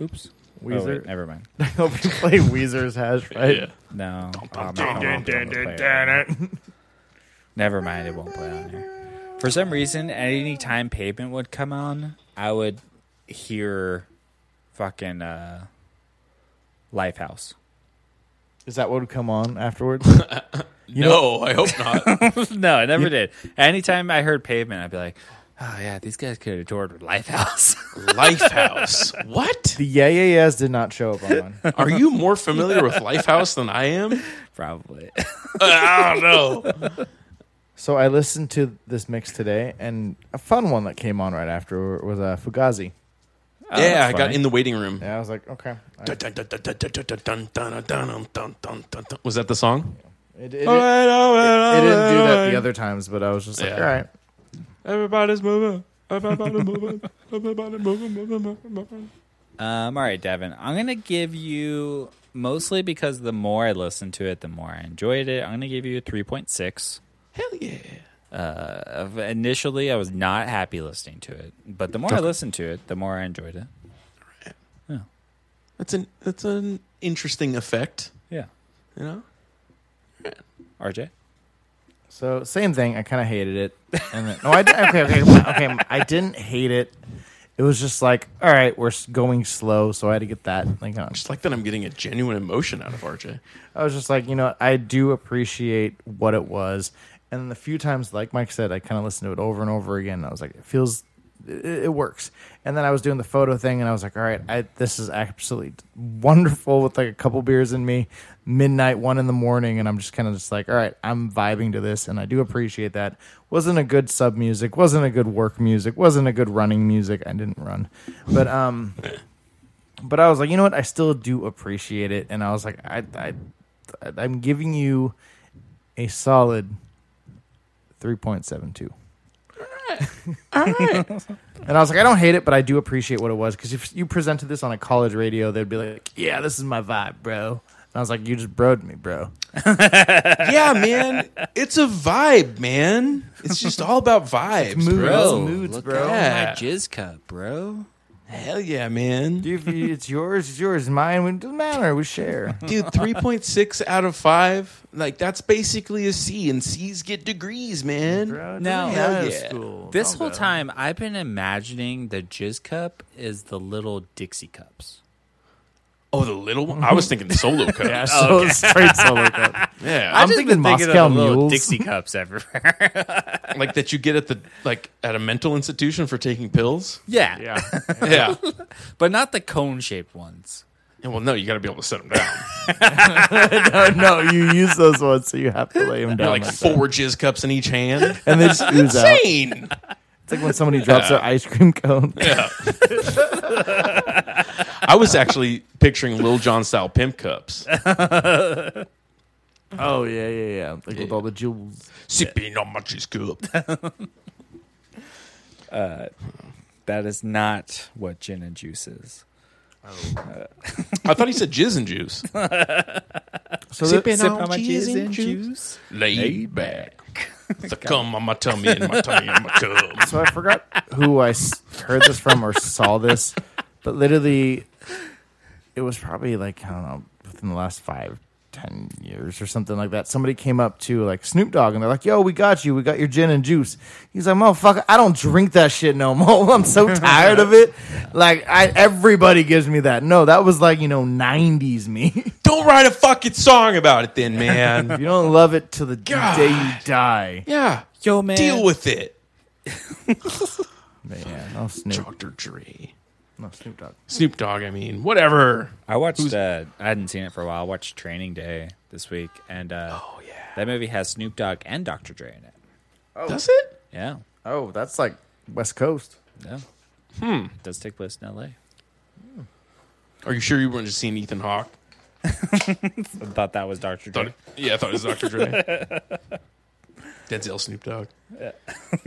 S1: Oops. Oh,
S3: Weezer.
S1: wait, never mind.
S3: I hope you play Weezer's hash, right?
S1: No. Oh, no, it won't be able to play it right now. Never mind, it won't play on here. For some reason, at any time pavement would come on, I would hear fucking uh Lifehouse.
S3: Is that what would come on afterwards?
S2: no, I hope not.
S1: no, I never did. Anytime I heard pavement, I'd be like, Oh yeah, these guys could have toured with Lifehouse.
S2: Lifehouse. What?
S3: the yeah yeah yeahs did not show up on one.
S2: Are you more familiar with Lifehouse than I am?
S1: Probably.
S2: I don't know.
S3: So I listened to this mix today, and a fun one that came on right after was uh, Fugazi.
S2: Ah, yeah, I
S1: Oh, that's
S2: got
S1: funny.
S2: in the waiting room.
S3: Yeah, I was like, okay. I-
S2: Dun, dun, dun, dun, dun, dun, dun, dun, dun, dun, dun, dun, dun, dun. Was that the song?
S3: it, it, it,
S2: All right, all right,
S3: it didn't
S2: all
S3: do that
S2: right.
S3: the other times, but I was just like,
S2: Uh, Yeah.
S3: all right.
S2: Everybody's moving. Everybody moving. Everybody moving, moving, moving, moving.
S1: Um, all right, Devin. I'm gonna give you mostly because the more I listened to it, the more I enjoyed it. I'm gonna give you a 3.6.
S2: Hell yeah.
S1: Uh, of- initially, I was not happy listening to it, but the more I listened to it, the more I enjoyed it.
S2: That's an that's an interesting effect,
S1: Yeah,
S2: you know?
S1: RJ.
S3: So same thing. I kind of hated it. And then, no, I did, okay, okay, okay. I didn't hate it. It was just like, all right, we're s- going slow, so I had to get that. Like, uh,
S2: Just like that I'm getting a genuine emotion out of RJ.
S3: I was just like, you know, what, I do appreciate what it was. And the few times, like Mike said, I kind of listened to it over and over again. and I was like, it feels, it, it works. And then I was doing the photo thing, and I was like, all right, I, this is absolutely wonderful with like a couple beers in me, midnight, one in the morning, and I'm just kind of just like, all right, I'm vibing to this, and I do appreciate that. Wasn't a good sub music, wasn't a good work music, wasn't a good running music. I didn't run, but um but I was like, you know what? I still do appreciate it, and I was like, I, I, I'm giving you a solid three point seven two. and I was like, I don't hate it, but I do appreciate what it was because if you presented this on a college radio, they'd be like, yeah, this is my vibe, bro. And I was like, you just broed me, bro.
S2: yeah, man. It's a vibe, man. It's just all about vibes,
S3: Moods,
S2: bro.
S3: moods, bro.
S2: Yeah.
S1: jizz cup, bro.
S2: Hell yeah, man. Dude,
S3: If you- it's yours, it's yours. Mine, it doesn't matter. We share.
S2: 3.6 out of 5. Like, that's basically a C, and C's get degrees, man.
S3: Bro,
S1: Now-
S3: doesn't matter,
S2: Hell yeah.
S3: school.
S1: This
S3: Don't
S1: whole
S3: go.
S1: time, I've been imagining the jizz cup is the little Dixie cups.
S2: Oh, the little one? I was thinking the solo cup.
S3: yeah,
S2: yeah.
S3: so straight solo cup.
S1: I've
S3: Oh, I'm
S1: just
S3: thinking
S1: been thinking
S3: Moscow
S1: of the little
S3: Mules.
S1: Dixie cups everywhere.
S2: like that you get at the like at a mental institution for taking pills.
S1: yeah,
S3: Yeah.
S2: Yeah.
S1: but not the cone shaped ones.
S2: and well, no, you got to be able to set them down.
S3: no, no, you use those ones, so you have to lay them
S2: You're
S3: down.
S2: like
S3: like
S2: four jizz cups in each hand.
S3: that. and they just ooze out.
S2: Insane.
S3: It's like when somebody drops their ice cream cone.
S2: Yeah. I was actually picturing Lil John style pimp cups.
S3: Oh yeah, yeah, yeah. Like with all the jewels.
S2: Sipping on my jizz cup.
S1: That is not what gin and juice is.
S2: I thought he said jizz and juice.
S3: So
S2: Sipping
S3: sip
S2: on
S3: how much
S2: cheese
S3: is
S2: and
S3: in
S2: juice.
S1: Juice.
S2: Laid back. The cum on my tummy and my tummy on my cum.
S3: So I forgot who I s- heard this from or saw this, but literally, it was probably like I don't know within the last five, ten years or something like that. Somebody came up to like Snoop Dogg and they're like, "Yo, we got you. We got your gin and juice." He's like, "Motherfucker, I don't drink that shit no more. I'm so tired of it. Like, I everybody gives me that. No, that was like you know '90s me."
S2: Don't write a fucking song about it then, man.
S3: If you don't love it till the
S2: God.
S3: day you die,
S2: yeah.
S1: Yo, man.
S2: Deal with it.
S3: man. No Snoop,
S2: Dr. Dre.
S3: no Snoop Dogg.
S2: Snoop Dogg, I mean, whatever.
S1: I watched. Uh, I hadn't seen it for a while. I watched Training Day this week, and uh,
S2: Oh, yeah.
S1: that movie has Snoop Dogg and Dr. Dre in it.
S2: Does it?
S1: Yeah,
S3: Oh, that's like West Coast.
S1: yeah. Hmm. It does take place in L.A.
S2: Are you sure you weren't just seeing Ethan Hawke?
S1: I thought that was Dr. Dre.
S2: Thought it- yeah, I thought it was Dr. Dre. Denzel Snoop Dogg.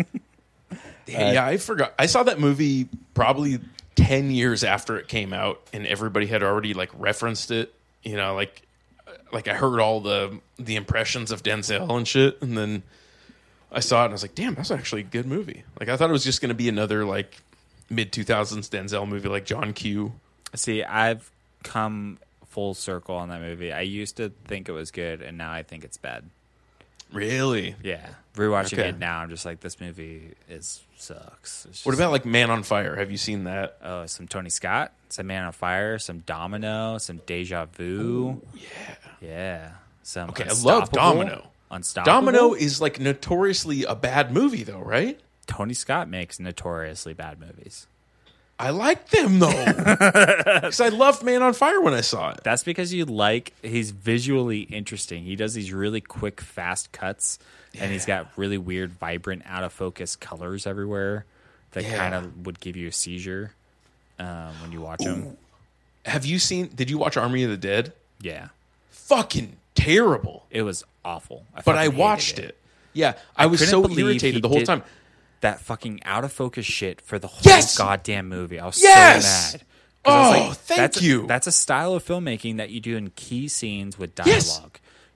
S2: Yeah. yeah, I forgot. I saw that movie probably 10 years after it came out and everybody had already like referenced it, you know, like like I heard all the the impressions of Denzel and shit and then I saw it and I was like, "Damn, that's actually a good movie." Like I thought it was just going to be another like mid 2000s Denzel movie like John Q.
S1: See, I've come full circle on that movie. I used to think it was good, and now I think it's bad.
S2: Really?
S1: Yeah, rewatching
S2: Okay.
S1: it now, I'm just like, this movie is sucks. It's
S2: What
S1: just-
S2: about like Man on Fire? Have you seen that?
S1: oh, some Tony Scott, some Man on Fire, some Domino, some Deja Vu. yeah, yeah. Some
S2: Okay, I love
S1: Unstoppable.
S2: Domino.
S1: Unstoppable.
S2: Domino is like notoriously a bad movie, though, right?
S1: Tony Scott makes notoriously bad movies.
S2: I like them though, because I loved Man on Fire when I saw it.
S1: That's because you like he's visually interesting. He does these really quick, fast cuts, and he's got really weird, vibrant, out of focus colors everywhere that
S2: Yeah.
S1: kind of would give you a seizure um, when you watch him.
S2: Have you seen? Did you watch Army of the Dead?
S1: Yeah,
S2: Fucking terrible.
S1: it was awful.
S2: But
S1: fucking
S2: I
S1: hated
S2: watched it. Yeah, I, was
S1: couldn't
S2: so
S1: believe he
S2: irritated the whole
S1: did
S2: time.
S1: That fucking out of focus shit for the whole
S2: Yes!
S1: goddamn movie. I was
S2: Yes!
S1: so mad. 'Cause I
S2: Oh,
S1: was like,
S2: thank
S1: that's
S2: you.
S1: that's a style of filmmaking that you do in key scenes with dialogue.
S2: Yes.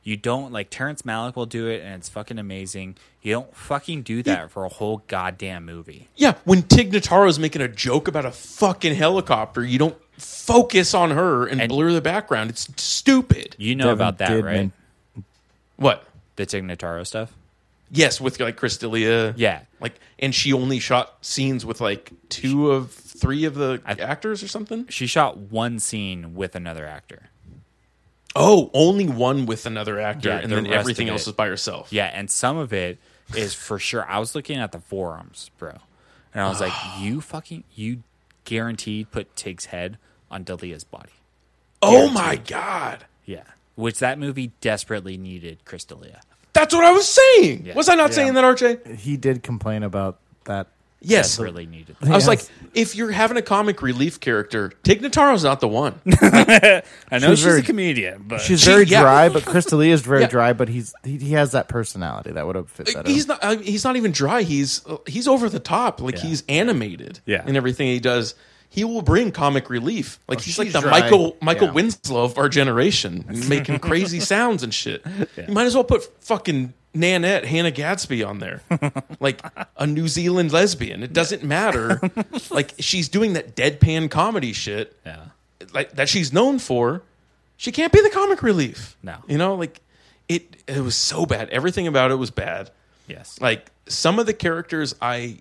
S1: You don't like Terrence Malick will do it, and it's fucking amazing. You don't fucking do that for a whole goddamn movie.
S2: yeah, when Tig Notaro's making a joke about a fucking helicopter, you don't focus on her and, blur the background. It's stupid.
S1: You know
S3: Devin
S1: about that,
S3: did
S1: right?
S3: men-
S2: What?
S1: the Tig Notaro stuff.
S2: Yes, with like Chris D'Elia.
S1: Yeah.
S2: Like, and she only shot scenes with like two of three of the actors or something.
S1: She shot one scene with another actor.
S2: Oh, only one with another actor,
S1: Yeah,
S2: and
S1: the
S2: then
S1: rest
S2: everything
S1: of it-
S2: else is by herself.
S1: Yeah, and some of it is for sure. I was looking at the forearms, bro, and I was like, "You fucking, you guaranteed put Tig's head on Delia's body."
S2: Oh my god,
S1: Yeah, which that movie desperately needed, Chris Delia.
S2: that's what I was saying.
S1: Yeah.
S2: Was I not saying that, RJ?
S3: He did complain about that.
S2: Yes.
S1: Desperately needed.
S2: I
S1: That.
S2: was like, if you're having a comic relief character, Tig Notaro's not the one.
S1: I know she's
S3: she's very-
S1: a comedian, but
S3: She's
S2: She-
S3: very
S2: yeah.
S3: dry, but Crystal Lee is very
S2: Yeah.
S3: dry. But he's he, he has that personality that would have fit that.
S2: he's not. uh, He's not even dry. He's uh, he's over the top. Like
S1: Yeah.
S2: he's animated.
S1: Yeah.
S2: in everything he does, he will bring comic relief. Like he's like
S3: she's
S2: the
S3: dry.
S2: Michael Michael
S3: Yeah.
S2: Winslow of our generation, making crazy sounds and shit. You might as well put fucking Nanette Hannah Gadsby on there, like a New Zealand lesbian. It doesn't matter. like she's doing that deadpan comedy shit
S1: yeah,
S2: like that she's known for, she can't be the comic relief.
S1: No.
S2: You know, like it it was so bad. Everything about it was bad.
S1: yes,
S2: Like some of the characters I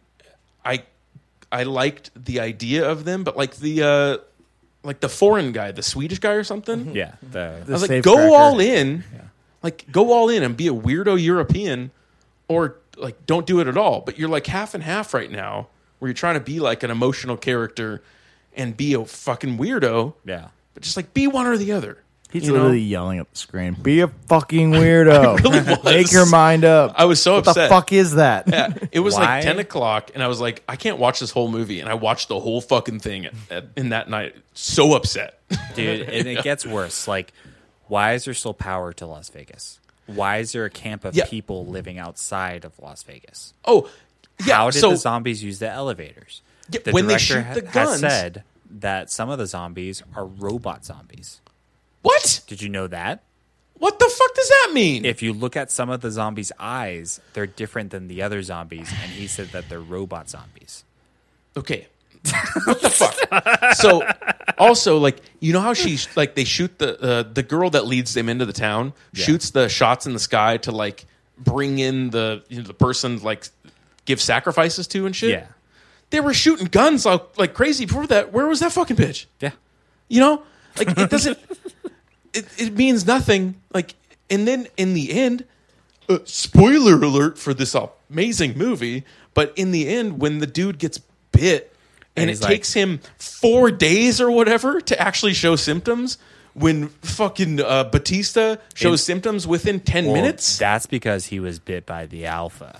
S2: I I liked the idea of them, but like the uh like the foreign guy, the Swedish guy or something.
S1: Mm-hmm. yeah. The,
S2: I was like,
S3: Safe
S2: go
S3: cracker.
S2: all in. Like go all in and be a weirdo European or like don't do it at all. But you're like half and half right now where you're trying to be like an emotional character and be a fucking weirdo
S1: yeah,
S2: but just like be one or the other.
S3: he's
S2: you know?
S3: literally yelling at the screen. Be a fucking weirdo. Make your mind up.
S2: I was so
S3: what
S2: upset.
S3: the fuck is that?
S2: Yeah, it was
S1: Why?
S2: like ten o'clock, and I was like, I can't watch this whole movie, and I watched the whole fucking thing at, at, in that night. So upset.
S1: dude. And it gets worse. Like, why is there still power to Las Vegas? Why is there a camp of
S2: Yeah.
S1: people living outside of Las Vegas?
S2: Oh, yeah.
S1: How did
S2: so
S1: the zombies use the elevators?
S2: Yeah,
S1: the
S2: when they
S1: director
S2: shoot the
S1: ha- has
S2: guns-
S1: said that some of the zombies are robot zombies.
S2: What?
S1: Did you know that?
S2: What the fuck does that mean?
S1: If you look at some of the zombies' eyes, they're different than the other zombies, and he said that they're robot zombies.
S2: okay. what the fuck? So, also, like, you know how she, like, they shoot the, uh, the girl that leads them into the town, shoots the shots in the sky to, like, bring in the, you know, the person, like, give sacrifices to and shit?
S1: Yeah.
S2: They were shooting guns like, like crazy before that. Where was that fucking bitch?
S1: Yeah.
S2: You know, like it doesn't. it it means nothing. Like, and then in the end, uh, spoiler alert for this amazing movie. But in the end, when the dude gets bit, and,
S1: And
S2: it
S1: he's like-
S2: takes him four days or whatever to actually show symptoms. When fucking uh, Batista shows symptoms within ten minutes.
S1: That's because he was bit by the alpha.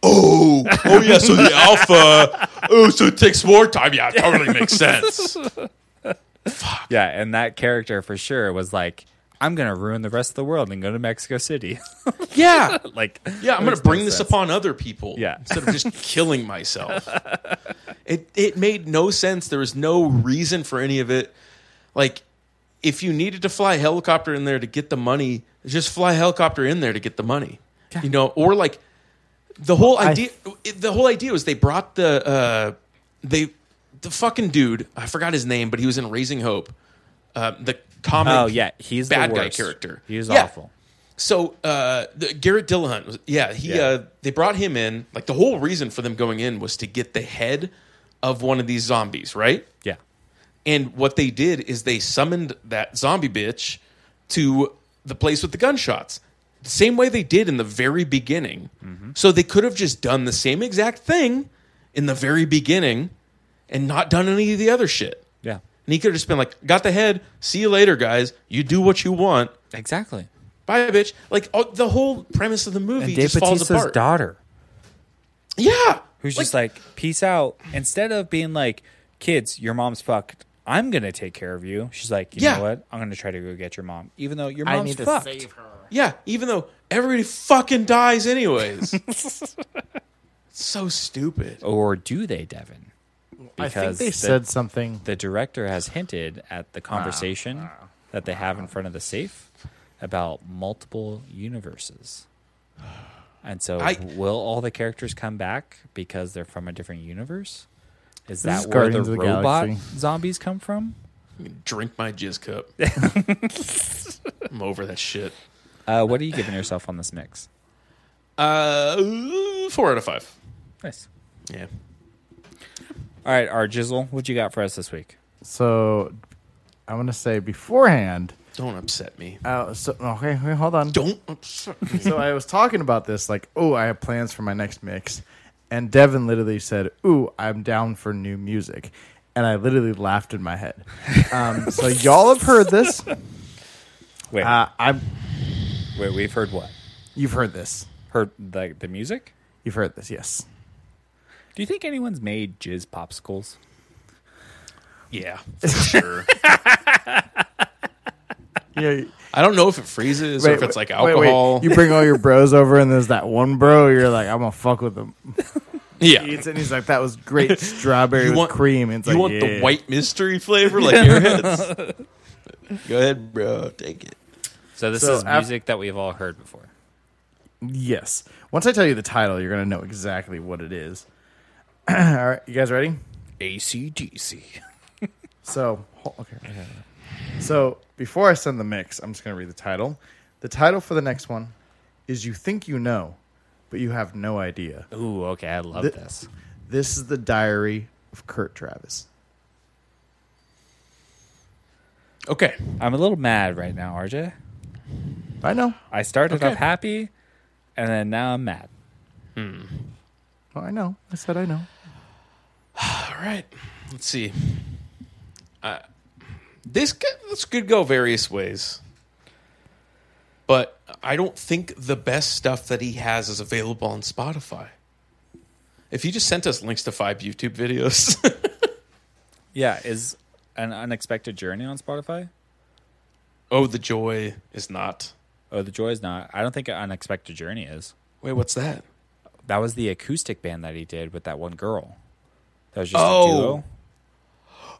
S2: oh, oh yeah. So the alpha. Oh, so it takes more time. Yeah, it totally makes sense.
S1: Yeah, and that character for sure was like, I'm going to ruin the rest of the world and go to Mexico City.
S2: Yeah.
S1: like,
S2: Yeah, I'm going
S1: makes
S2: to bring
S1: no
S2: this
S1: sense.
S2: upon other people
S1: Yeah.
S2: instead of just killing myself. It it made no sense. There was no reason for any of it. Like if you needed to fly a helicopter in there to get the money, just fly a helicopter in there to get the money. You know, or like the whole
S3: I-
S2: idea it- the whole idea was they brought the uh they the fucking dude, I forgot his name, but he was in Raising Hope. Uh, the comic
S1: Oh, yeah. He's
S2: bad
S1: the
S2: guy
S1: worst.
S2: character.
S1: He was
S2: Yeah.
S1: awful.
S2: So uh, the, Garrett Dillahunt, was, yeah, he
S1: Yeah.
S2: Uh, they brought him in. Like the whole reason for them going in was to get the head of one of these zombies, right?
S1: Yeah.
S2: And what they did is they summoned that zombie bitch to the place with the gunshots, the same way they did in the very beginning. So they could have just done the same exact thing in the very beginning and not done any of the other shit.
S1: Yeah.
S2: And he could have just been like, "Got the head. See you later, guys. You do what you want."
S1: Exactly.
S2: Bye, bitch. Like all, the whole premise of the movie
S1: And Dave
S2: just falls
S1: Batista's
S2: apart.
S1: daughter,
S2: yeah,
S1: who's just like, peace out. Instead of being like, kids, your mom's fucked. I'm going to take care of you. She's like, you
S2: Yeah.
S1: know what? I'm going to try to go get your mom, even though your
S3: I
S1: mom's
S3: need to
S1: fucked.
S3: save her.
S2: yeah. Even though everybody fucking dies anyways. so stupid.
S1: Or do they, Devin? Because
S3: I think they
S1: the-
S3: said something.
S1: the director has hinted at the conversation that they have in front of the safe about multiple universes. And so,
S2: I-
S1: will all the characters come back because they're from a different universe? Is
S3: This
S1: that
S3: is
S1: where the,
S3: Guardians of the
S1: robot
S3: Galaxy.
S1: zombies come from?
S2: Drink my jizz cup. I'm over that shit.
S1: Uh, what are you giving yourself on this mix?
S2: Uh, four out of five.
S1: Nice.
S2: Yeah.
S1: All right, our Jizzle, what you got for us this week?
S3: So I want to say beforehand.
S2: Don't upset me.
S3: Uh, so okay, wait, hold on.
S2: Don't upset me.
S3: so I was talking about this, like, oh, I have plans for my next mix, and Devin literally said, "Ooh, I'm down for new music," and I literally laughed in my head. Um, so y'all have heard this.
S1: Wait,
S3: Uh, I'm.
S1: wait, we've heard what?
S3: You've heard this.
S1: Heard the, the music?
S3: You've heard this. Yes.
S1: Do you think anyone's made jizz popsicles?
S2: Yeah, for sure.
S3: Yeah.
S2: I don't know if it freezes or if it's like alcohol.
S3: You bring all your bros over, and there's that one bro. You're like, I'm gonna fuck with him.
S2: yeah.
S3: Eats it, and he's like, that was great strawberry
S2: You
S3: with
S2: want-
S3: cream. And it's
S2: You
S3: like,
S2: want the
S3: yeah.
S2: white mystery flavor like airheads? Go ahead, bro. Take it.
S1: So, this
S3: So
S1: is
S3: af-
S1: music that we've all heard before.
S3: Yes. Once I tell you the title, you're gonna know exactly what it is. all right, you guys ready?
S1: ACDC.
S3: So, ho- okay. okay. So, before I send the mix, I'm just going to read the title. The title for the next one is You Think You Know, but You Have No Idea.
S1: Ooh, okay, I love
S3: The-
S1: this.
S3: This is the diary of Kurt Travis.
S2: Okay.
S1: I'm a little mad right now, RJ.
S3: I know.
S1: I started
S2: Okay.
S1: off happy, and then now I'm mad.
S3: Oh, I know. I said I know.
S2: All right. Let's see. Uh, this could, this could go various ways, but I don't think the best stuff that he has is available on Spotify. If you just sent us links to five YouTube videos,
S1: Yeah, is an unexpected journey on Spotify?
S2: oh, the joy is not.
S1: Oh, the joy is not. I don't think an unexpected journey is.
S2: Wait, what's that?
S1: That was the acoustic band that he did with that one girl. That was just
S2: Oh.
S1: a duo.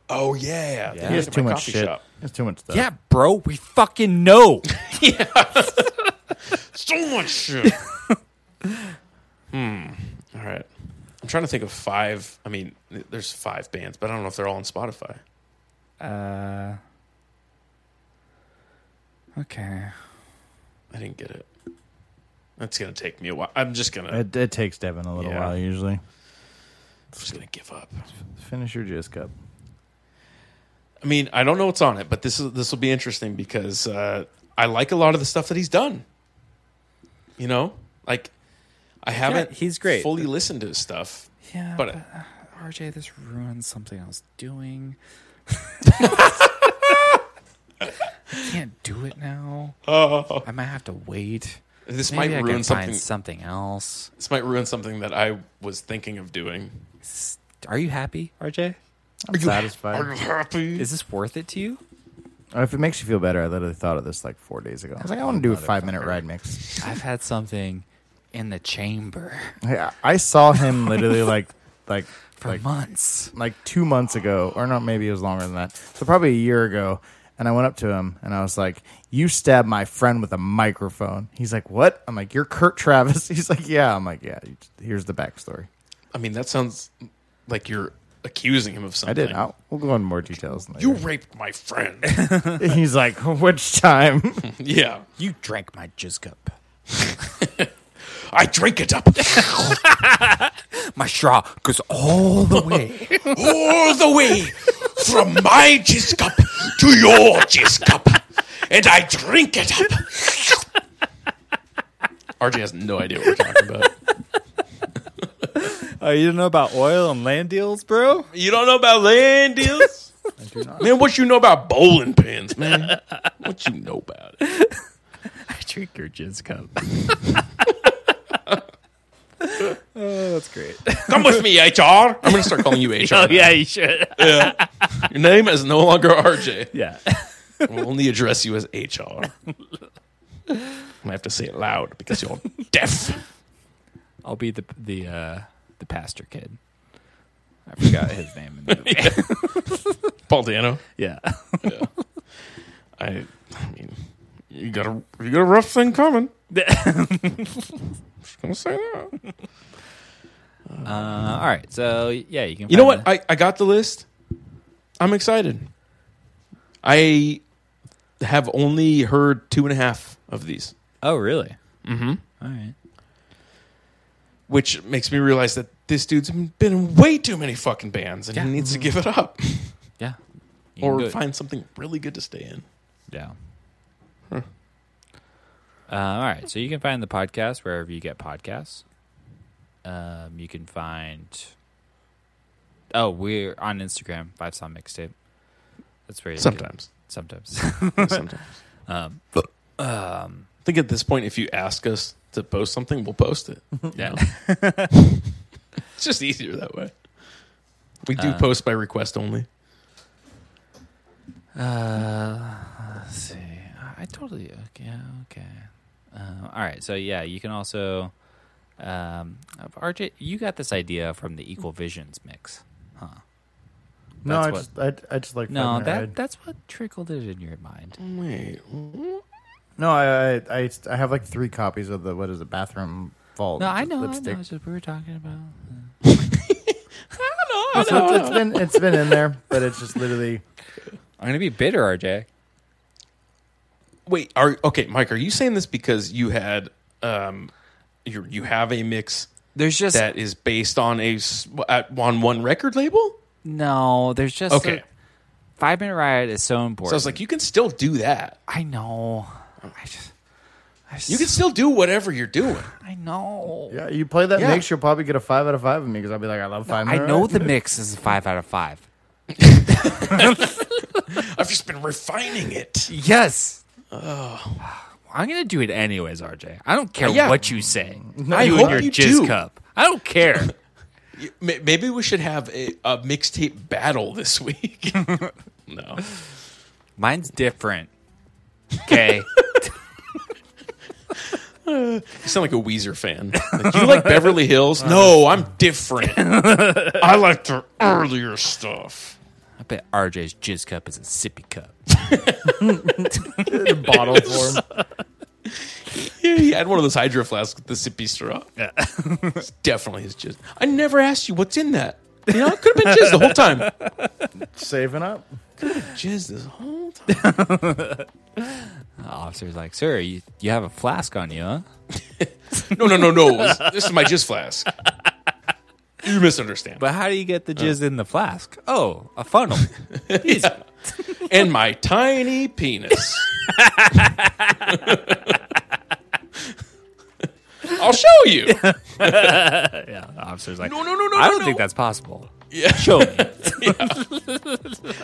S2: Oh yeah,
S1: Yeah.
S3: He has
S2: At
S3: too
S2: my
S3: much
S2: coffee
S3: shit.
S2: shop.
S3: He has too much stuff.
S1: Yeah, bro, we fucking know.
S2: So much shit. hmm. All right. I'm trying to think of five. I mean, th- there's five bands, but I don't know if they're all on Spotify.
S1: uh, okay.
S2: I didn't get it. That's gonna take me a while. I'm just gonna,
S3: It, it takes Devin a little
S2: Yeah.
S3: while usually.
S2: I'm just gonna give up.
S3: Finish your jizz cup.
S2: I mean, I don't know what's on it, but this is this will be interesting because uh, I like a lot of the stuff that he's done. You know, like I haven't
S1: he's great.
S2: fully listened to his stuff,
S1: Yeah,
S2: but
S1: RJ, this ruins something I was doing. I can't do it now.
S2: oh,
S1: I might have to wait.
S2: this
S1: Maybe I
S2: might ruin
S1: can
S2: something.
S1: find something else.
S2: This might ruin something that I was thinking of doing.
S1: Are you happy, RJ?
S3: I'm satisfied.
S2: Are you happy?
S1: Is this worth it to you?
S3: Oh, if it makes you feel better, I literally thought of this like four days ago. I was like, I want to do a five minute ride mix.
S1: I've had something in the chamber
S3: I, I saw him literally like like
S1: for
S3: like
S1: months.
S3: like two months ago, or not, maybe it was longer than that. So probably a year ago. And I went up to him and I was like, "You stabbed my friend with a microphone." He's like, "What?" I'm like, "You're Kurt Travis." He's like, "Yeah." I'm like, "Yeah." you- Here's the backstory.
S2: I mean, that sounds like you're accusing him of something.
S3: I did. I'll, we'll go into more details
S2: You
S3: later.
S2: raped my friend.
S3: He's like, "Which time?"
S2: yeah,
S1: You drank my jizz cup.
S2: I drank it up
S1: My straw goes all the way.
S2: all the way from my jizz cup to your jizz cup, and I drink it up. RJ has no idea what we're talking about.
S1: Oh, you don't know about oil and land deals, bro?
S2: You don't know about land deals? Man, what you know about bowling pins, man? What you know about it?
S1: I drink your jizz cup. oh, that's great.
S2: Come with me, HR. I'm going to start calling you HR. now.
S1: you should.
S2: Your name is no longer RJ.
S1: yeah.
S2: We'll only address you as HR. I'm gonna have to say it loud because you're deaf.
S1: I'll be the the uh, the pastor kid. I forgot his name. In the movie. Uh,
S2: Paul Dano.
S1: yeah.
S2: I, I mean, you got a you got a rough thing coming. Just gonna say that.
S1: Uh, all right. So yeah, you can.
S2: You know
S1: find
S2: what? I, I got the list. I'm excited. I have only heard two and a half of these,
S1: the- oh really? Mm-hmm. All right.
S2: which makes me realize that this dude's been in way too many fucking bands, and
S1: Yeah.
S2: he needs to give it up
S1: Yeah. You can do
S2: or
S1: it.
S2: find something really good to stay in.
S1: Yeah. Uh, all right. So you can find the podcast wherever you get podcasts. Um, you can find. Oh, we're on Instagram, Five Song Mixtape. That's where you can-
S2: Sometimes.
S1: sometimes. Um,
S2: Sometimes. I think at this point, if you ask us to post something, we'll post it. you
S1: Yeah.
S2: know? it's just easier that way. We do
S1: Uh,
S2: post by request only.
S1: Uh, let's see. I totally okay. Okay. Uh, all right. So yeah, you can also. Um, RJ, you got this idea from the Equal Visions mix, huh?
S3: no, I
S1: That's
S3: just, I, I just like
S1: No,
S3: five-minute
S1: that
S3: ride.
S1: that's what trickled it in your mind.
S2: Wait.
S3: No, I, I I I have like three copies of the what is it bathroom vault.
S1: No, I know, I
S3: Lipstick.
S1: know. It's just we were talking about.
S3: So it's- it's been it's been in there, but it's just literally.
S1: I'm gonna be bitter, RJ.
S2: Wait. Are okay, Mike? Are you saying this because you had um, you you have a mix
S1: There's just
S2: that is based on a s- at on one record label?
S1: no. There's just
S2: Okay.
S1: a- five minute riot is so
S2: so I
S1: important.
S2: was like, you can still do that.
S1: I know. I just. I
S2: You can
S1: just-
S2: still do whatever you're doing.
S1: I know.
S3: Yeah, you play that
S2: Yeah.
S3: mix, you'll probably get a five out of five of me because I'll be like, I love five.
S1: I
S3: Minute
S1: know
S3: Ride.
S1: the mix is a five out of five.
S2: I've just been refining it.
S1: Yes. I'm gonna do it anyways, RJ. I don't care
S2: Yeah.
S1: what you say.
S2: I
S1: you
S2: hope
S1: and your
S2: you
S1: jizz
S2: do.
S1: cup. I don't care.
S2: May- Maybe we should have a, a mixtape battle this week. no,
S1: Mine's different. Okay.
S2: you sound like a Weezer fan. Like, you like Beverly Hills? No, I'm different. I like their earlier stuff.
S1: I bet RJ's jizz cup is a sippy cup.
S3: bottle form.
S2: Yeah, he had one of those hydro flasks with the sippy straw. Yeah. it's definitely his jizz. I never asked you what's in that. You know, it could have been jizz the whole time.
S3: Saving up.
S2: Jizz this whole time.
S1: The officer's like, sir, you, you have a flask on you, huh?
S2: No, no, no, no. This- This is my jizz flask. You misunderstand.
S1: But how do you get the jizz in the flask? Oh, a funnel.
S2: and my tiny penis. I'll show you.
S1: The officer's like,
S2: No, no, no, no.
S1: I
S2: no,
S1: don't
S2: no.
S1: think that's possible.
S2: Yeah.
S1: Show me.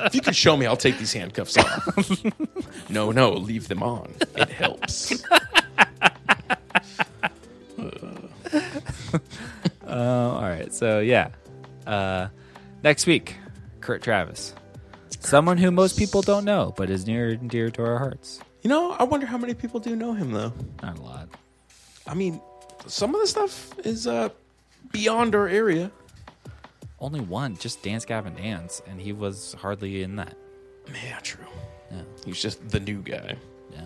S2: If you could show me, I'll take these handcuffs off. no, no, leave them on. It helps.
S1: Oh, all right. So yeah, uh, next week, Kurt Travis, someone who most people don't know, but is near and dear to our hearts.
S2: You know, I wonder how many people do know him though.
S1: Not a lot.
S2: I mean, some of the stuff is uh beyond our area.
S1: Only one, just Dance Gavin Dance, and he was hardly in that.
S2: Yeah, true.
S1: Yeah.
S2: He's just the new guy.
S1: Yeah.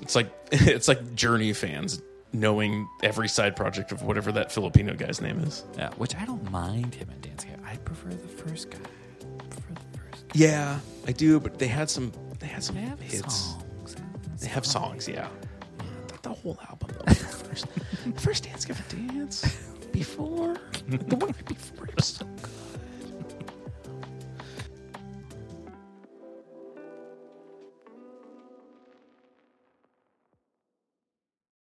S2: It's like it's like Journey fans knowing every side project of whatever that Filipino guy's name is.
S1: Yeah. Which I don't mind him in Dance Gavin. I prefer the first guy. I prefer the first guy.
S2: Yeah, I do, but they had some they had some
S1: They have
S2: hits.
S1: songs.
S2: They have songs, yeah. Not the whole album though. First, first dance, give a dance. Before the one right before it was so